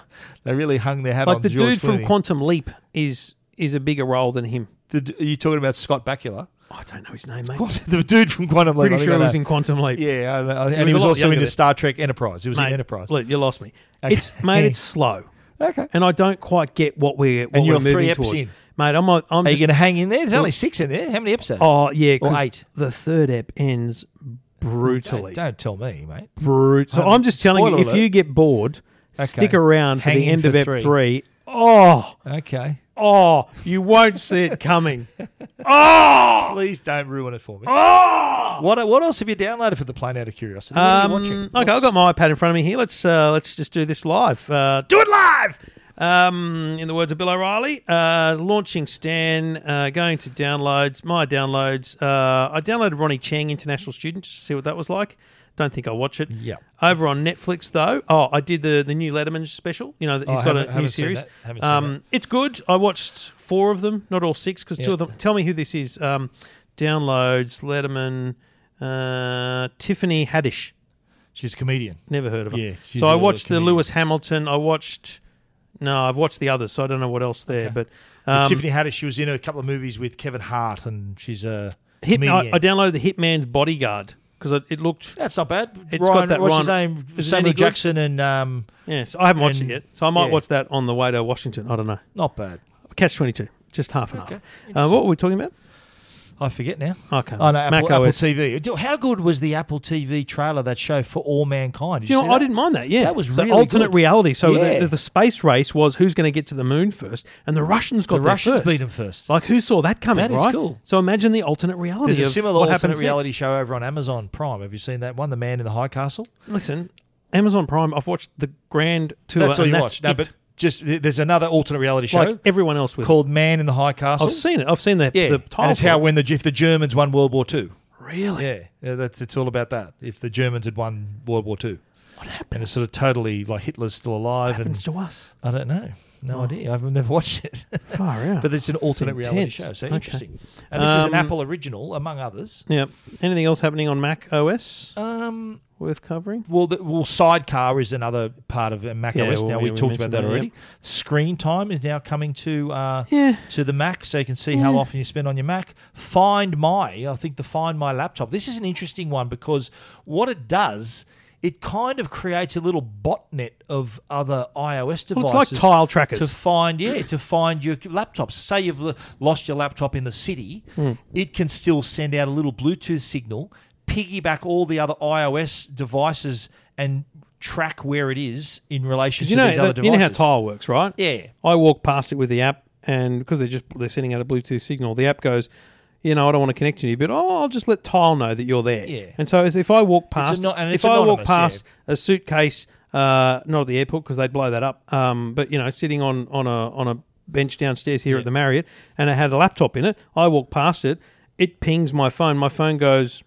Speaker 2: They really hung their hat
Speaker 1: like
Speaker 2: on
Speaker 1: the
Speaker 2: Oh, George
Speaker 1: dude from
Speaker 2: Clooney.
Speaker 1: Quantum Leap is is a bigger role than him.
Speaker 2: The d- are you talking about Scott Bakula?
Speaker 1: I don't know his name, mate.
Speaker 2: the dude from Quantum Leap. I
Speaker 1: Pretty
Speaker 2: think
Speaker 1: sure
Speaker 2: I
Speaker 1: he
Speaker 2: know.
Speaker 1: was in Quantum Leap.
Speaker 2: Yeah, I, I, and
Speaker 1: was
Speaker 2: he
Speaker 1: a
Speaker 2: was
Speaker 1: lot
Speaker 2: also
Speaker 1: younger
Speaker 2: in the
Speaker 1: then.
Speaker 2: Star Trek Enterprise. He was
Speaker 1: mate,
Speaker 2: in Enterprise.
Speaker 1: Look, you lost me.
Speaker 2: Okay.
Speaker 1: It's mate, it's slow,
Speaker 2: Okay.
Speaker 1: and I don't quite get what we're what
Speaker 2: And
Speaker 1: we're
Speaker 2: you're three
Speaker 1: moving
Speaker 2: eps
Speaker 1: towards.
Speaker 2: in.
Speaker 1: Mate, I'm a- I'm
Speaker 2: Are you
Speaker 1: just,
Speaker 2: going to hang in there? There's only six in there. How many episodes?
Speaker 1: oh yeah, 'cause
Speaker 2: eight.
Speaker 1: The third ep ends
Speaker 2: don't,
Speaker 1: brutally.
Speaker 2: don't tell me, mate.
Speaker 1: Brut- So I'm just telling you,
Speaker 2: Spoiler
Speaker 1: if you
Speaker 2: alert.
Speaker 1: get bored,
Speaker 2: Okay.
Speaker 1: stick around for
Speaker 2: Hang
Speaker 1: the
Speaker 2: in
Speaker 1: end
Speaker 2: for
Speaker 1: of ep
Speaker 2: three.
Speaker 1: three. Oh,
Speaker 2: Okay.
Speaker 1: oh, you won't see it coming.
Speaker 2: Please don't ruin it for me.
Speaker 1: oh.
Speaker 2: Ah! What What else have you downloaded for the plane? Out of curiosity, what are
Speaker 1: Um,
Speaker 2: you watching?
Speaker 1: Okay, I've got my iPad in front of me here. Let's uh, let's just do this live. Uh, do it live. Um, in the words of Bill O'Reilly, uh, launching Stan, uh, going to downloads. My downloads. Uh, I downloaded Ronnie Chang, International Student, just to see what that was like. Don't think I'll watch it.
Speaker 2: Yeah.
Speaker 1: Over on Netflix though. Oh, I did the the new Letterman special. You know that
Speaker 2: Oh,
Speaker 1: he's got
Speaker 2: haven't-
Speaker 1: a new
Speaker 2: haven't seen
Speaker 1: series.
Speaker 2: that. Haven't seen
Speaker 1: Um, it's good. I watched four of them, not all six, because two
Speaker 2: Yeah.
Speaker 1: of them. Tell me who this is. Um, downloads Letterman, uh, Tiffany Haddish.
Speaker 2: She's a comedian.
Speaker 1: Never heard of them.
Speaker 2: Yeah, she's
Speaker 1: so I
Speaker 2: a
Speaker 1: watched the
Speaker 2: comedian.
Speaker 1: Lewis Hamilton. I watched. No, I've watched the others, so I don't know what else there.
Speaker 2: Okay.
Speaker 1: But um,
Speaker 2: Tiffany Haddish. She was in a couple of movies with Kevin Hart, and she's uh, a
Speaker 1: Hit- I,
Speaker 2: comedian.
Speaker 1: I downloaded the Hitman's Bodyguard because it, it looked.
Speaker 2: That's not bad.
Speaker 1: It's
Speaker 2: Ryan,
Speaker 1: got that
Speaker 2: what's
Speaker 1: Ryan-
Speaker 2: his name?
Speaker 1: Is it
Speaker 2: Samuel
Speaker 1: any good?
Speaker 2: Jackson and um,
Speaker 1: Yes, I haven't watched
Speaker 2: And-
Speaker 1: it yet, so I might
Speaker 2: yeah.
Speaker 1: watch that on the way to Washington. I don't know.
Speaker 2: not bad.
Speaker 1: Catch twenty two, just half and
Speaker 2: Okay,
Speaker 1: half. Uh, what were we talking about?
Speaker 2: I forget now.
Speaker 1: Okay,
Speaker 2: Oh no, Apple,
Speaker 1: Mac
Speaker 2: Apple
Speaker 1: OS.
Speaker 2: TV. Do- How good was the Apple TV trailer that show for All Mankind? Did
Speaker 1: You
Speaker 2: see
Speaker 1: know, I
Speaker 2: that?
Speaker 1: didn't mind that. Yeah,
Speaker 2: That was really
Speaker 1: the alternate
Speaker 2: good.
Speaker 1: reality. So
Speaker 2: Yeah.
Speaker 1: the, the space race was who's going to get to the moon first, and the Russians got
Speaker 2: The
Speaker 1: there
Speaker 2: Russians
Speaker 1: first.
Speaker 2: beat them first.
Speaker 1: Like who saw that coming?
Speaker 2: That is
Speaker 1: right?
Speaker 2: cool.
Speaker 1: So imagine the alternate reality.
Speaker 2: There's a
Speaker 1: of
Speaker 2: similar
Speaker 1: what
Speaker 2: alternate
Speaker 1: happens next.
Speaker 2: reality show over on Amazon Prime. Have you seen that one? The Man in the High Castle.
Speaker 1: Listen, Amazon Prime. I've watched the Grand Tour.
Speaker 2: that's all
Speaker 1: and
Speaker 2: you
Speaker 1: that's
Speaker 2: watch. uh, No,
Speaker 1: it.
Speaker 2: but just th- there's another alternate reality show
Speaker 1: like everyone else with.
Speaker 2: called Man in the High Castle.
Speaker 1: I've seen it. I've seen the
Speaker 2: Oh, yeah,
Speaker 1: the
Speaker 2: and
Speaker 1: title.
Speaker 2: it's how when the if the Germans won World War Two.
Speaker 1: really?
Speaker 2: Yeah, yeah, that's it's all about that. If the Germans had won World War Two,
Speaker 1: What
Speaker 2: and it's
Speaker 1: happens?
Speaker 2: sort of totally like Hitler's still alive, and
Speaker 1: happens to us.
Speaker 2: I don't know, no idea. I've never watched it.
Speaker 1: Far out.
Speaker 2: Oh. But it's an alternate reality
Speaker 1: intense.
Speaker 2: show, so
Speaker 1: Okay.
Speaker 2: interesting. And this is
Speaker 1: Um,
Speaker 2: an Apple original, among others.
Speaker 1: yeah. Anything else happening on Mac OS
Speaker 2: Um,
Speaker 1: worth covering?
Speaker 2: well, the, well, Sidecar is another part of uh, Mac
Speaker 1: Yeah,
Speaker 2: OS.
Speaker 1: well,
Speaker 2: now
Speaker 1: yeah,
Speaker 2: we
Speaker 1: we
Speaker 2: talked about
Speaker 1: mentioned
Speaker 2: that
Speaker 1: that,
Speaker 2: already. Screen time is now coming to uh,
Speaker 1: Yeah.
Speaker 2: to the Mac, so you can see how often you spend on your Mac. Find My, I think the Find My laptop. This is an interesting one because what it does. It kind of creates a little botnet of other iOS devices.
Speaker 1: Well, it's like tile trackers.
Speaker 2: to find yeah to find your laptops. Say you've l- lost your laptop in the city,
Speaker 1: Hmm.
Speaker 2: it can still send out a little Bluetooth signal, piggyback all the other iOS devices, and track where it is in relation to
Speaker 1: you know
Speaker 2: these other
Speaker 1: that- you know
Speaker 2: devices.
Speaker 1: how Tile works, right?
Speaker 2: Yeah.
Speaker 1: I walk past it with the app, and because they're just they're sending out a Bluetooth signal, the app goes, you know, I don't want to connect to you, but oh, I'll just let Tile know that you're there.
Speaker 2: Yeah.
Speaker 1: And so as if I walk past,
Speaker 2: ano- and it's
Speaker 1: if I walk
Speaker 2: anonymous,
Speaker 1: past a suitcase, uh, not at the airport because they'd blow that up, um, but you know, sitting on on a on a bench downstairs here at the Marriott, and it had a laptop in it. I walk past it, it pings my phone. My phone goes.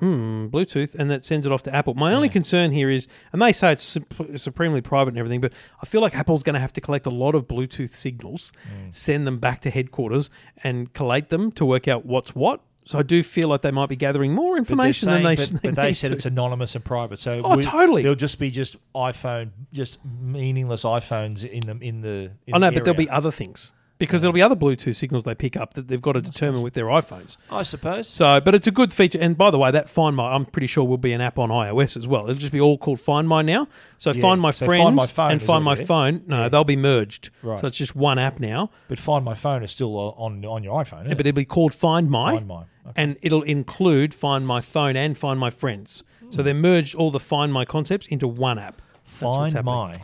Speaker 1: Hmm, Bluetooth, and that sends it off to Apple. My only concern here is, and they say it's sup- supremely private and everything, but I feel like Apple's going to have to collect a lot of Bluetooth signals,
Speaker 2: Mm.
Speaker 1: send them back to headquarters, and collate them to work out what's what. So I do feel like they might be gathering more
Speaker 2: But they're
Speaker 1: information than
Speaker 2: saying-
Speaker 1: they
Speaker 2: but,
Speaker 1: should.
Speaker 2: but they said it's anonymous and private. So
Speaker 1: Oh, totally.
Speaker 2: There'll just be just iPhone, just meaningless iPhones in them in the. In
Speaker 1: I know,
Speaker 2: the
Speaker 1: but there'll
Speaker 2: area.
Speaker 1: be other things because there'll be other Bluetooth signals they pick up that they've got to determine with their iPhones.
Speaker 2: I suppose.
Speaker 1: So, but it's a good feature. And by the way, that Find My, I'm pretty sure will be an app on iOS as well. It'll just be all called Find My now. So Find My
Speaker 2: so Find
Speaker 1: Friends
Speaker 2: My Phone
Speaker 1: and
Speaker 2: is
Speaker 1: Find My
Speaker 2: already there.
Speaker 1: Phone, no, they'll be merged.
Speaker 2: Right.
Speaker 1: So it's just one app now,
Speaker 2: But Find My Phone is still uh, on on your iPhone. isn't
Speaker 1: but
Speaker 2: it?
Speaker 1: it'll be called Find My.
Speaker 2: Find My, okay.
Speaker 1: And it'll include Find My Phone and Find My Friends.
Speaker 2: Hmm.
Speaker 1: So they merged all the Find My concepts into one app. That's what's
Speaker 2: Find
Speaker 1: happening.
Speaker 2: My.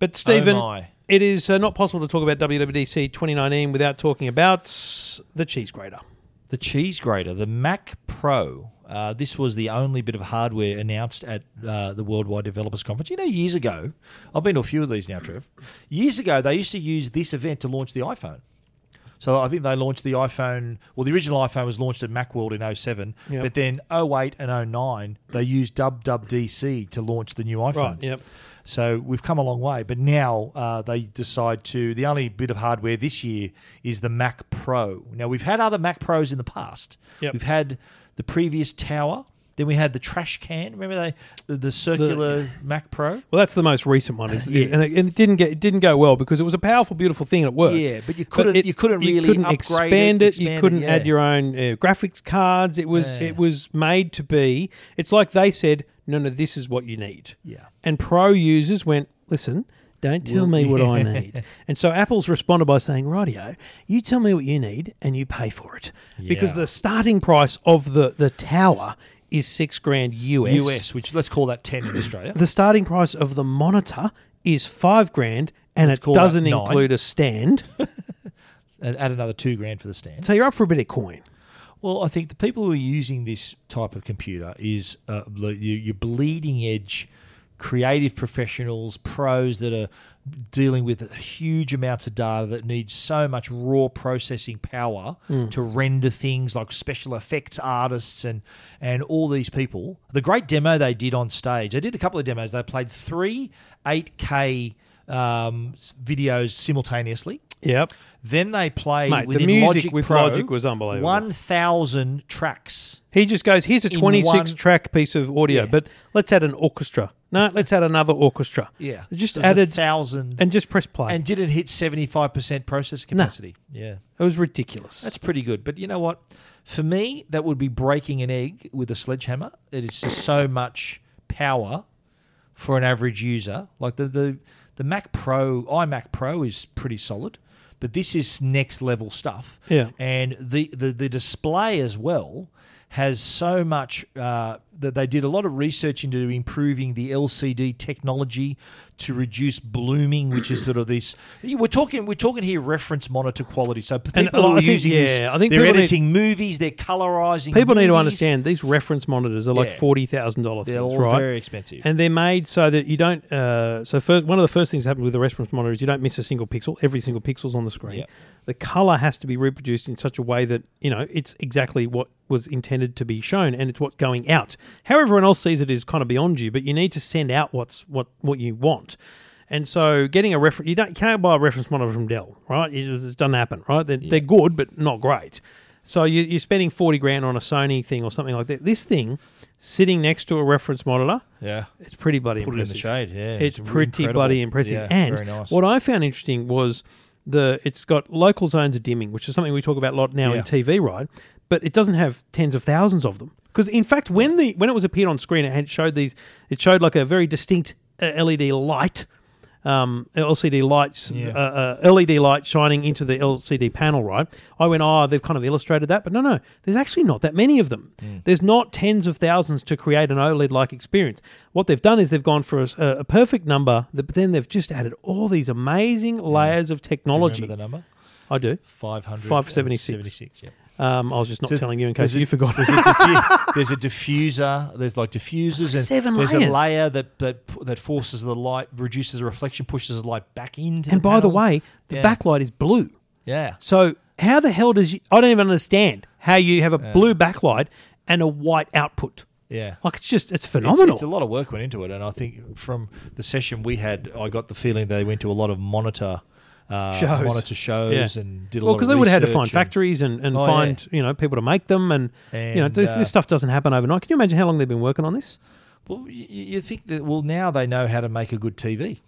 Speaker 1: But Stephen,
Speaker 2: Oh, my.
Speaker 1: it is uh, not possible to talk about WWDC 2019 without talking about the cheese grater.
Speaker 2: The cheese grater, the Mac Pro. Uh, this was the only bit of hardware announced at uh, the Worldwide Developers Conference. You know, years ago, I've been to a few of these now, Trev. Years ago, they used to use this event to launch the iPhone. So I think they launched the iPhone. Well, the original iPhone was launched at Macworld in 07,
Speaker 1: Yep.
Speaker 2: but then 08 and 09 they used WWDC to launch the new iPhones.
Speaker 1: yep.
Speaker 2: So we've come a long way, but now uh, they decide to. The only bit of hardware this year is the Mac Pro. Now we've had other Mac Pros in the past.
Speaker 1: Yep.
Speaker 2: We've had the previous tower. Then we had the trash can. Remember they the, the circular Mac Pro.
Speaker 1: Well, that's the most recent one, is and, it, and it didn't get it didn't go well because it was a powerful, beautiful thing and it worked.
Speaker 2: Yeah, but you couldn't- you couldn't really
Speaker 1: couldn't
Speaker 2: upgrade
Speaker 1: expand
Speaker 2: it,
Speaker 1: it.
Speaker 2: expand it,
Speaker 1: you couldn't
Speaker 2: yeah.
Speaker 1: add your own uh, graphics cards. It was
Speaker 2: Yeah.
Speaker 1: it was made to be. It's like they said, no, no, this is what you need.
Speaker 2: Yeah.
Speaker 1: And pro users went, listen, don't tell me what I need. And so Apple's responded by saying, rightio, you tell me what you need and you pay for it because
Speaker 2: Yeah.
Speaker 1: the starting price of the the tower is six grand US.
Speaker 2: US, which let's call that 10 in Australia.
Speaker 1: the starting price of the monitor is five grand and it
Speaker 2: call that
Speaker 1: doesn't
Speaker 2: nine.
Speaker 1: include a stand.
Speaker 2: and add another two grand for the stand.
Speaker 1: so you're up for a bit of coin.
Speaker 2: Well, I think the people who are using this type of computer is uh, ble- you- your bleeding edge creative professionals, pros that are dealing with huge amounts of data that need so much raw processing power to render things like special effects artists and and all these people. The great demo they did on stage. They did a couple of demos. They played 3 8K um, s- videos simultaneously.
Speaker 1: Yep.
Speaker 2: Then they play
Speaker 1: Mate, the
Speaker 2: within
Speaker 1: music
Speaker 2: Logic
Speaker 1: with
Speaker 2: Pro,
Speaker 1: Logic was unbelievable.
Speaker 2: One thousand tracks.
Speaker 1: He just goes, here's a
Speaker 2: In
Speaker 1: 26
Speaker 2: one-
Speaker 1: track piece of audio,
Speaker 2: Yeah.
Speaker 1: but let's add an orchestra. No, let's add another orchestra.
Speaker 2: Yeah,
Speaker 1: Just
Speaker 2: It was a
Speaker 1: added
Speaker 2: thousand, and,
Speaker 1: and just press play. And
Speaker 2: didn't hit seventy five percent processor capacity. Yeah,
Speaker 1: it was ridiculous.
Speaker 2: that's pretty good. But you know what? For me, that would be breaking an egg with a sledgehammer. It is just so much power for an average user. Like the the the Mac Pro, iMac Pro is pretty solid, but this is next level stuff.
Speaker 1: Yeah.
Speaker 2: and the the, the display as well has so much uh, that they did a lot of research into improving the LCD technology to reduce blooming, which is sort of this. We're talking we're talking here reference monitor quality. So people
Speaker 1: And
Speaker 2: are
Speaker 1: I think-
Speaker 2: using this.
Speaker 1: yeah, I think
Speaker 2: they're
Speaker 1: people need-
Speaker 2: editing movies, they're colorizing.
Speaker 1: People need to
Speaker 2: movies.
Speaker 1: understand these reference monitors are like
Speaker 2: Yeah.
Speaker 1: forty thousand dollars.
Speaker 2: They're all
Speaker 1: right?
Speaker 2: very expensive.
Speaker 1: and they're made so that you don't. Uh, so first, one of the first things that happens with the reference monitor is you don't miss a single pixel. Every single pixel's on the screen.
Speaker 2: Yeah.
Speaker 1: The color has to be reproduced in such a way that you know it's exactly what was intended to be shown, and it's what's going out. How everyone else sees it is kind of beyond you, but you need to send out what's what what you want. And so, getting a reference, you don't you can't buy a reference monitor from Dell, right? It just it doesn't happen, right? They're, they're good, but not great. So you, you're spending forty grand on a Sony thing or something like that. This thing, sitting next to a reference monitor,
Speaker 2: Yeah.
Speaker 1: it's pretty bloody
Speaker 2: Put it in the
Speaker 1: impressive.
Speaker 2: shade, yeah.
Speaker 1: It's,
Speaker 2: It's
Speaker 1: pretty
Speaker 2: incredible.
Speaker 1: bloody impressive.
Speaker 2: Yeah,
Speaker 1: and
Speaker 2: very nice.
Speaker 1: what I found interesting was the it's got local zones of dimming, which is something we talk about a lot now
Speaker 2: Yeah.
Speaker 1: in TV, right? But it doesn't have tens of thousands of them. Because in fact, when the when it was appeared on screen, it had showed these. It showed like a very distinct uh, LED light, um, LCD lights,
Speaker 2: Yeah.
Speaker 1: uh, uh, LED light shining into the LCD panel. Right? I went, oh, they've kind of illustrated that, but no, no, there's actually not that many of them.
Speaker 2: Hmm.
Speaker 1: There's not tens of thousands to create an OLED-like experience. What they've done is they've gone for a, s- a- a perfect number, that- but then they've just added all these amazing layers of technology.
Speaker 2: Remember the number?
Speaker 1: I do.
Speaker 2: 500
Speaker 1: 576.
Speaker 2: Yeah.
Speaker 1: Um, I was just not
Speaker 2: So
Speaker 1: telling you in
Speaker 2: there's
Speaker 1: case
Speaker 2: a-
Speaker 1: you forgot.
Speaker 2: There's a, diffu- there's a diffuser. There's like diffusers. and
Speaker 1: seven
Speaker 2: there's
Speaker 1: layers.
Speaker 2: a layer that, that that forces the light, reduces the reflection, pushes the light back into.
Speaker 1: and
Speaker 2: the
Speaker 1: by the
Speaker 2: panel.
Speaker 1: way, the
Speaker 2: Yeah.
Speaker 1: backlight is blue.
Speaker 2: yeah,
Speaker 1: So how the hell does you, I don't even understand how you have a blue backlight and a white output.
Speaker 2: yeah.
Speaker 1: Like it's just it's
Speaker 2: It's,
Speaker 1: phenomenal.
Speaker 2: it's a lot of work went into it, and I think from the session we had, I got the feeling they went to a lot of monitor uh,
Speaker 1: Shows.
Speaker 2: monitor shows,
Speaker 1: Yeah.
Speaker 2: and did a
Speaker 1: well,
Speaker 2: lot of
Speaker 1: because they would have had to
Speaker 2: research
Speaker 1: find
Speaker 2: and-
Speaker 1: factories and, and
Speaker 2: Oh, yeah.
Speaker 1: find you know people to make them, and, you know
Speaker 2: And,
Speaker 1: this,
Speaker 2: uh,
Speaker 1: this stuff doesn't happen overnight. Can you imagine how long they've been working on this?
Speaker 2: Well, you, you think that well now they know how to make a good TV.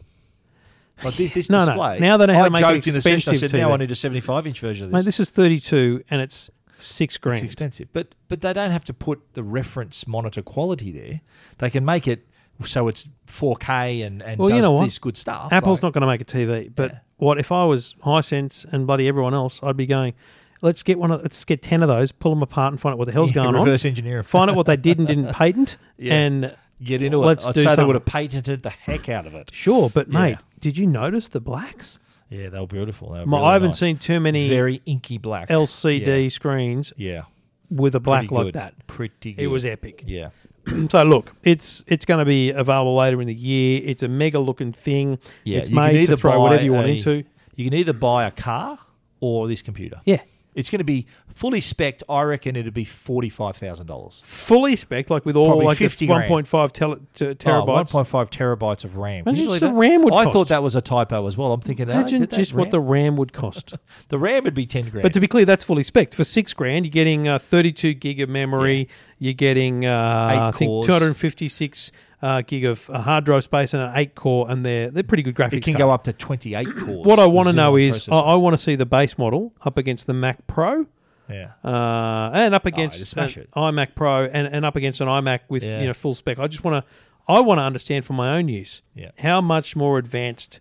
Speaker 2: Like this, this
Speaker 1: No, no.
Speaker 2: display.
Speaker 1: Now they know how
Speaker 2: I
Speaker 1: to make an
Speaker 2: joked in the session. I
Speaker 1: expensive
Speaker 2: said now
Speaker 1: TV.
Speaker 2: I need a seventy-five inch version of
Speaker 1: Mate,
Speaker 2: this.
Speaker 1: this is thirty-two and it's six grand.
Speaker 2: It's expensive, but but they don't have to put the reference monitor quality there. They can make it so it's 4K and and
Speaker 1: Well,
Speaker 2: does
Speaker 1: you know what?
Speaker 2: this good stuff.
Speaker 1: Apple's
Speaker 2: Like,
Speaker 1: not going to make a TV, but
Speaker 2: Yeah.
Speaker 1: what if I was Hisense and bloody everyone else? I'd be going, let's get one. Of, let's get ten of those, pull them apart, and find out what the hell's going on.
Speaker 2: reverse engineer.
Speaker 1: Find out what they did and didn't patent,
Speaker 2: Yeah.
Speaker 1: and
Speaker 2: Get into
Speaker 1: Let's
Speaker 2: it. I'd
Speaker 1: do
Speaker 2: say they
Speaker 1: something.
Speaker 2: would have patented the heck out of it.
Speaker 1: Sure, but mate,
Speaker 2: Yeah.
Speaker 1: did you notice the blacks?
Speaker 2: Yeah, they were beautiful. They were
Speaker 1: My,
Speaker 2: really
Speaker 1: I haven't
Speaker 2: nice.
Speaker 1: seen too many
Speaker 2: very inky black
Speaker 1: LCD
Speaker 2: Yeah.
Speaker 1: screens
Speaker 2: Yeah,
Speaker 1: with a black
Speaker 2: Pretty
Speaker 1: like
Speaker 2: good.
Speaker 1: that.
Speaker 2: Pretty. good.
Speaker 1: It was epic.
Speaker 2: Yeah.
Speaker 1: so look, it's it's going to be available later in the year. It's a mega looking thing.
Speaker 2: Yeah,
Speaker 1: it's
Speaker 2: you can
Speaker 1: made to
Speaker 2: either
Speaker 1: throw
Speaker 2: buy
Speaker 1: whatever you want
Speaker 2: a-
Speaker 1: into.
Speaker 2: You can either buy a car or this computer.
Speaker 1: Yeah.
Speaker 2: It's going to be fully spec I reckon it'd be $45,000.
Speaker 1: Fully spec, like with all
Speaker 2: Probably
Speaker 1: like the
Speaker 2: 50 grand.
Speaker 1: 1.5 tele- t-
Speaker 2: Oh,
Speaker 1: terabytes.
Speaker 2: 1.5 terabytes of RAM.
Speaker 1: Imagine
Speaker 2: Usually
Speaker 1: just the RAM would
Speaker 2: I
Speaker 1: cost.
Speaker 2: thought that was a typo as well. I'm thinking that.
Speaker 1: Imagine
Speaker 2: did that
Speaker 1: just what
Speaker 2: RAM-
Speaker 1: the RAM would cost.
Speaker 2: the RAM would be 10 grand.
Speaker 1: But to be clear, that's fully spec. For six grand, you're getting uh, 32 gig of memory. You're getting uh,
Speaker 2: Eight
Speaker 1: I think
Speaker 2: cores.
Speaker 1: 256 uh, gig of uh, hard drive space and an eight core, and they're they're pretty good graphics.
Speaker 2: it can go up to 28 cores.
Speaker 1: What I want to
Speaker 2: Xeon
Speaker 1: know is I,
Speaker 2: processor.
Speaker 1: I want to see the base model up against the Mac Pro.
Speaker 2: yeah.
Speaker 1: Uh, and up against
Speaker 2: just Oh, smash
Speaker 1: an
Speaker 2: it.
Speaker 1: iMac Pro and, and up against an iMac with
Speaker 2: Yeah.
Speaker 1: you know full spec. I just want to I want to understand for my own use
Speaker 2: Yeah.
Speaker 1: how much more advanced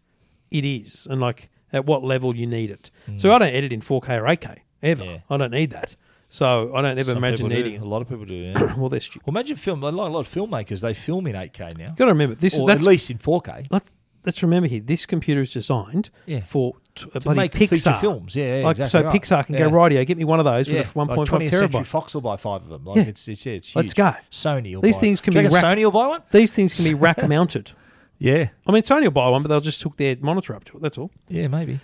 Speaker 1: it is and like at what level you need it. So I don't edit in 4K or 8K ever.
Speaker 2: Hmm. Yeah.
Speaker 1: I don't need that. So I don't ever
Speaker 2: Some
Speaker 1: imagine
Speaker 2: people do.
Speaker 1: needing
Speaker 2: A
Speaker 1: it.
Speaker 2: lot of people do. Yeah. well,
Speaker 1: Well, they're stupid.
Speaker 2: imagine film. A lot, a lot of filmmakers they film in 8K now,
Speaker 1: You got to remember this is
Speaker 2: or at
Speaker 1: that's
Speaker 2: least in 4K
Speaker 1: let's let's remember here. This computer is designed
Speaker 2: Yeah.
Speaker 1: for t- a
Speaker 2: to
Speaker 1: bloody
Speaker 2: make feature
Speaker 1: Pixar
Speaker 2: films. Yeah, yeah
Speaker 1: Like,
Speaker 2: exactly.
Speaker 1: so
Speaker 2: right.
Speaker 1: Pixar can
Speaker 2: Yeah.
Speaker 1: go rightio, get me one of those
Speaker 2: Yeah,
Speaker 1: with a 1.5
Speaker 2: like 20th Century
Speaker 1: terabyte.
Speaker 2: Fox will buy five of them. Like
Speaker 1: Yeah.
Speaker 2: it's, it's, yeah, it's huge.
Speaker 1: Let's go.
Speaker 2: Sony. Will
Speaker 1: These
Speaker 2: buy
Speaker 1: things
Speaker 2: one.
Speaker 1: can
Speaker 2: Do you
Speaker 1: be
Speaker 2: reckon
Speaker 1: wrapped-
Speaker 2: Sony will buy one.
Speaker 1: These things can be rack mounted.
Speaker 2: Yeah,
Speaker 1: I mean, Sony will buy one, but they'll just hook their monitor up to it. That's all.
Speaker 2: yeah, maybe.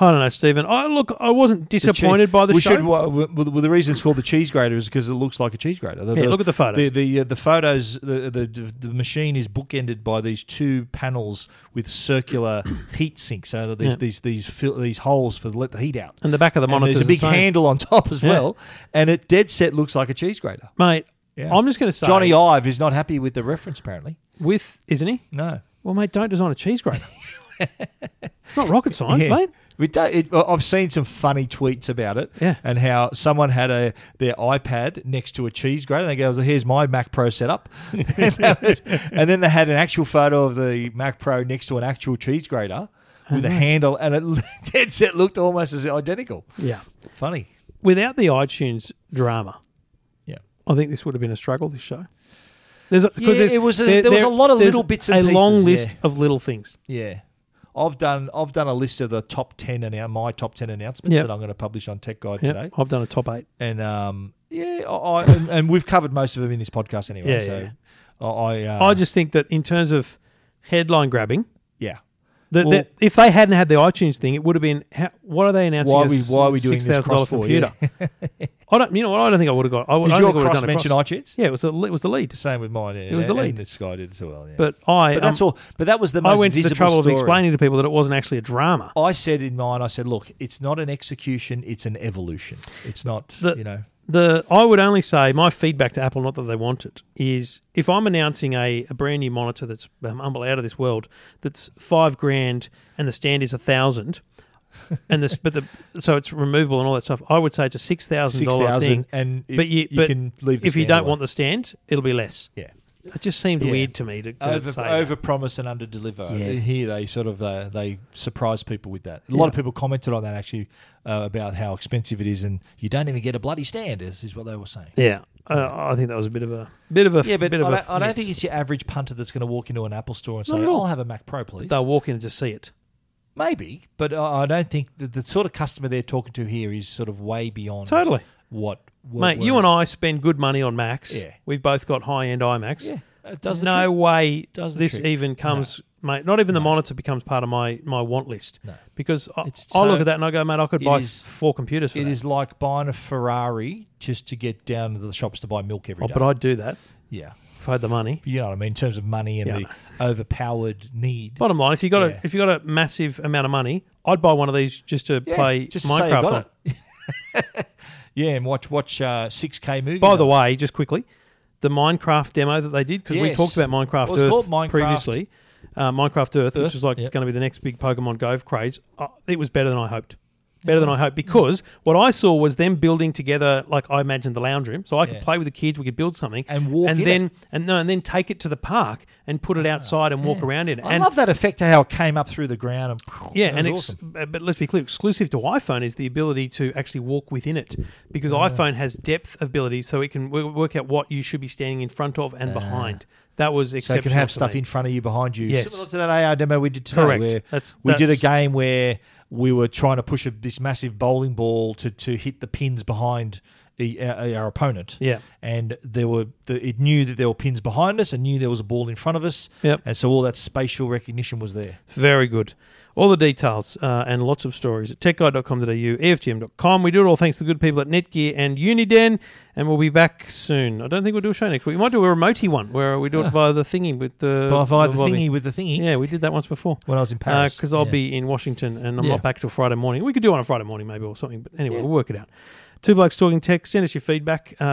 Speaker 1: I don't know, Stephen. I look, I wasn't disappointed by the
Speaker 2: we
Speaker 1: show.
Speaker 2: Should, well, well, well, the reason it's called the cheese grater is because it looks like a cheese grater. The,
Speaker 1: Yeah, look at the photos.
Speaker 2: The the, uh, the photos. The, the the machine is bookended by these two panels with circular heat sinks. So these
Speaker 1: Yeah.
Speaker 2: these these fil- these holes for to let the heat out.
Speaker 1: and the back of the
Speaker 2: And
Speaker 1: monitor
Speaker 2: there's a big handle on top as
Speaker 1: Yeah.
Speaker 2: well, and it dead set looks like a cheese grater.
Speaker 1: mate.
Speaker 2: Yeah.
Speaker 1: I'm just going to say,
Speaker 2: Johnny Ive is not happy with the reference, apparently.
Speaker 1: with isn't he?
Speaker 2: No,
Speaker 1: Well, mate, don't design a cheese grater. it's not rocket science,
Speaker 2: Yeah.
Speaker 1: mate.
Speaker 2: We do, it, I've seen some funny tweets about it,
Speaker 1: Yeah.
Speaker 2: and how someone had a their iPad next to a cheese grater. And they go, "Here's my Mac Pro setup," and, that was- and then they had an actual photo of the Mac Pro next to an actual cheese grater
Speaker 1: Oh,
Speaker 2: with a handle, and it dead set looked almost as identical.
Speaker 1: Yeah.
Speaker 2: Funny,
Speaker 1: Without the iTunes drama,
Speaker 2: yeah.
Speaker 1: I think this would have been a struggle. This show. There's a, 'cause
Speaker 2: Yeah,
Speaker 1: there's-
Speaker 2: it was a- there was a lot of
Speaker 1: there's
Speaker 2: little bits and
Speaker 1: a long
Speaker 2: pieces,
Speaker 1: list
Speaker 2: yeah.
Speaker 1: of little things.
Speaker 2: Yeah. I've done I've done a list of the top ten annou- my top ten announcements
Speaker 1: Yep.
Speaker 2: that I'm going to publish on Tech Guide
Speaker 1: Yeah,
Speaker 2: today,
Speaker 1: I've done a top eight.
Speaker 2: and um, yeah, I, I and, and we've covered most of them in this podcast anyway.
Speaker 1: Yeah,
Speaker 2: so
Speaker 1: yeah.
Speaker 2: I, I, uh,
Speaker 1: I just think that in terms of headline grabbing,
Speaker 2: yeah.
Speaker 1: That,
Speaker 2: Well-
Speaker 1: that if they hadn't had the iTunes thing, it would have been. How, what are they announcing?
Speaker 2: Why
Speaker 1: a
Speaker 2: are we- why are we doing this
Speaker 1: $6,000
Speaker 2: cross for,
Speaker 1: computer? I don't. You know what? I don't think I would have got. I, would-
Speaker 2: Did
Speaker 1: I
Speaker 2: your
Speaker 1: think I would have
Speaker 2: cross
Speaker 1: done a
Speaker 2: mention
Speaker 1: cross.
Speaker 2: iTunes?
Speaker 1: Yeah, it was the, it was the lead.
Speaker 2: Same with mine. Yeah, it
Speaker 1: was the lead.
Speaker 2: And this guy did as well. Yeah.
Speaker 1: But I,
Speaker 2: but that's
Speaker 1: um,
Speaker 2: all. But that was the most
Speaker 1: I went to the
Speaker 2: visible
Speaker 1: trouble
Speaker 2: story.
Speaker 1: of explaining to people that it wasn't actually a drama.
Speaker 2: I said in mine, I said, look, it's not an execution, it's an evolution. It's not,
Speaker 1: The-
Speaker 2: you know,
Speaker 1: The I would only say my feedback to Apple, not that they want it, is if I'm announcing a, a brand new monitor that's um, humble out of this world, that's five grand and the stand is a thousand, and this but the so it's removable and all that stuff. I would say it's a six thousand
Speaker 2: six
Speaker 1: dollar thing.
Speaker 2: thousand, and it-
Speaker 1: but you, but
Speaker 2: can leave. The
Speaker 1: if you
Speaker 2: stand
Speaker 1: don't
Speaker 2: alone.
Speaker 1: want the stand, it'll be less.
Speaker 2: yeah.
Speaker 1: It just seemed
Speaker 2: Yeah.
Speaker 1: weird to me to, to
Speaker 2: over,
Speaker 1: say that.
Speaker 2: over promise and under deliver.
Speaker 1: Yeah.
Speaker 2: Here they sort of uh, they surprise people with that. A lot of people commented on that actually uh, about how expensive it is, and you don't even get a bloody stand. Is, is what they were saying.
Speaker 1: Yeah, I I think that was a bit of a bit of a
Speaker 2: Yeah, but I
Speaker 1: bit of
Speaker 2: don't,
Speaker 1: a
Speaker 2: I don't
Speaker 1: miss.
Speaker 2: think it's your average punter that's going to walk into an Apple store and
Speaker 1: Not
Speaker 2: say,
Speaker 1: at all.
Speaker 2: "I'll have a Mac Pro, please."
Speaker 1: they'll walk in and just see it.
Speaker 2: Maybe, but I I don't think that the sort of customer they're talking to here is sort of way beyond
Speaker 1: Totally.
Speaker 2: what. what
Speaker 1: Mate, you and I spend good money on Macs.
Speaker 2: Yeah.
Speaker 1: We've both got high end iMacs.
Speaker 2: Yeah, it does the
Speaker 1: no
Speaker 2: trick.
Speaker 1: way
Speaker 2: Does the
Speaker 1: this
Speaker 2: trick.
Speaker 1: even comes, mate. Not even the monitor becomes part of my, my want list.
Speaker 2: No.
Speaker 1: Because I,
Speaker 2: It's
Speaker 1: I look
Speaker 2: so-
Speaker 1: at that and I go, mate, I could
Speaker 2: It
Speaker 1: buy
Speaker 2: is-
Speaker 1: four computers for
Speaker 2: It
Speaker 1: that.
Speaker 2: is like buying a Ferrari just to get down to the shops to buy milk every
Speaker 1: oh,
Speaker 2: day.
Speaker 1: but I'd do that
Speaker 2: yeah.
Speaker 1: if I had the money.
Speaker 2: you know what I mean, in terms of money and
Speaker 1: Yeah.
Speaker 2: the overpowered need.
Speaker 1: Bottom line, if you got
Speaker 2: Yeah.
Speaker 1: a if you got a massive amount of money, I'd buy one of these just to
Speaker 2: Yeah,
Speaker 1: play
Speaker 2: just to say you
Speaker 1: Minecraft
Speaker 2: got
Speaker 1: on.
Speaker 2: it. yeah, and watch watch uh, 6K movies.
Speaker 1: By the
Speaker 2: on it.
Speaker 1: way, just quickly, the Minecraft demo that they did because we
Speaker 2: Yes.
Speaker 1: talked about Minecraft
Speaker 2: It was
Speaker 1: Earth
Speaker 2: called Minecraft-
Speaker 1: previously, uh, Minecraft Earth,
Speaker 2: Earth,
Speaker 1: which is like
Speaker 2: yep.
Speaker 1: going to be the next big Pokemon Go craze. Uh, it was better than I hoped. Better than I hoped because what I saw was them building together, like I imagined the lounge room, so I could
Speaker 2: Yeah.
Speaker 1: play with the kids. We could build something
Speaker 2: And walk
Speaker 1: and
Speaker 2: in
Speaker 1: then
Speaker 2: it. Ah,
Speaker 1: and no, and then take it to the park and put it outside and walk around in it.
Speaker 2: I
Speaker 1: and
Speaker 2: love that effect of how it came up through the ground and
Speaker 1: yeah,
Speaker 2: that
Speaker 1: and
Speaker 2: was
Speaker 1: ex- uh, but let's be clear, exclusive to iPhone is the ability to actually walk within it because iPhone has depth ability, so it can w- work out what you should be standing in front of and behind. That was
Speaker 2: Ah. so
Speaker 1: exceptional.
Speaker 2: you can have
Speaker 1: to
Speaker 2: stuff
Speaker 1: me.
Speaker 2: in front of you, behind you.
Speaker 1: Yes.
Speaker 2: Similar to that AR demo we did today,
Speaker 1: Correct.
Speaker 2: where
Speaker 1: That's-
Speaker 2: we did a
Speaker 1: that's-
Speaker 2: game where we were trying to push a, this massive bowling ball to, to hit the pins behind the, uh, our, our opponent.
Speaker 1: Yeah.
Speaker 2: and there were the, it knew that there were pins behind us and knew there was a ball in front of us.
Speaker 1: Yep.
Speaker 2: and so all that spatial recognition was there.
Speaker 1: Very good. All the details uh, and lots of stories at techguide.com.au, EFTM.com. We do it all thanks to the good people at Netgear and Uniden, and we'll be back soon. I don't think we'll do a show next week. We might do a remotey one where we do it via the thingy with the.
Speaker 2: But via the
Speaker 1: Bobby.
Speaker 2: thingy with the thingy
Speaker 1: Yeah, we did that once before.
Speaker 2: when I was in Paris
Speaker 1: Because Uh, I'll
Speaker 2: Yeah.
Speaker 1: be in Washington and I'm
Speaker 2: Yeah.
Speaker 1: not back till Friday morning. We could do it on a Friday morning maybe or something, but anyway, we'll work it out. Two Blokes Talking Tech. Send us your feedback uh,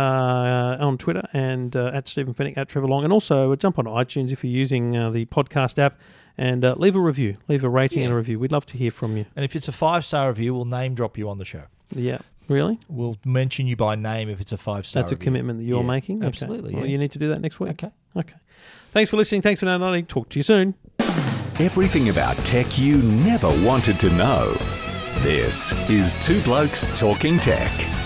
Speaker 1: on Twitter and uh, at Stephen Fennick, at Trevor Long. And also uh, jump on iTunes if you're using uh, the podcast app and uh, leave a review, leave a rating and a review. We'd love to hear from you.
Speaker 2: and if it's a five star review, we'll name drop you on the show.
Speaker 1: Yeah. Really?
Speaker 2: We'll mention you by name if it's a five star.
Speaker 1: That's a commitment that you're
Speaker 2: Yeah,
Speaker 1: making? Okay.
Speaker 2: absolutely,
Speaker 1: Well,
Speaker 2: yeah.
Speaker 1: you need to do that next week.
Speaker 2: Okay.
Speaker 1: Okay. Thanks for listening. Thanks for downloading. Talk to you soon.
Speaker 3: Everything about tech you never wanted to know. This is Two Blokes Talking Tech.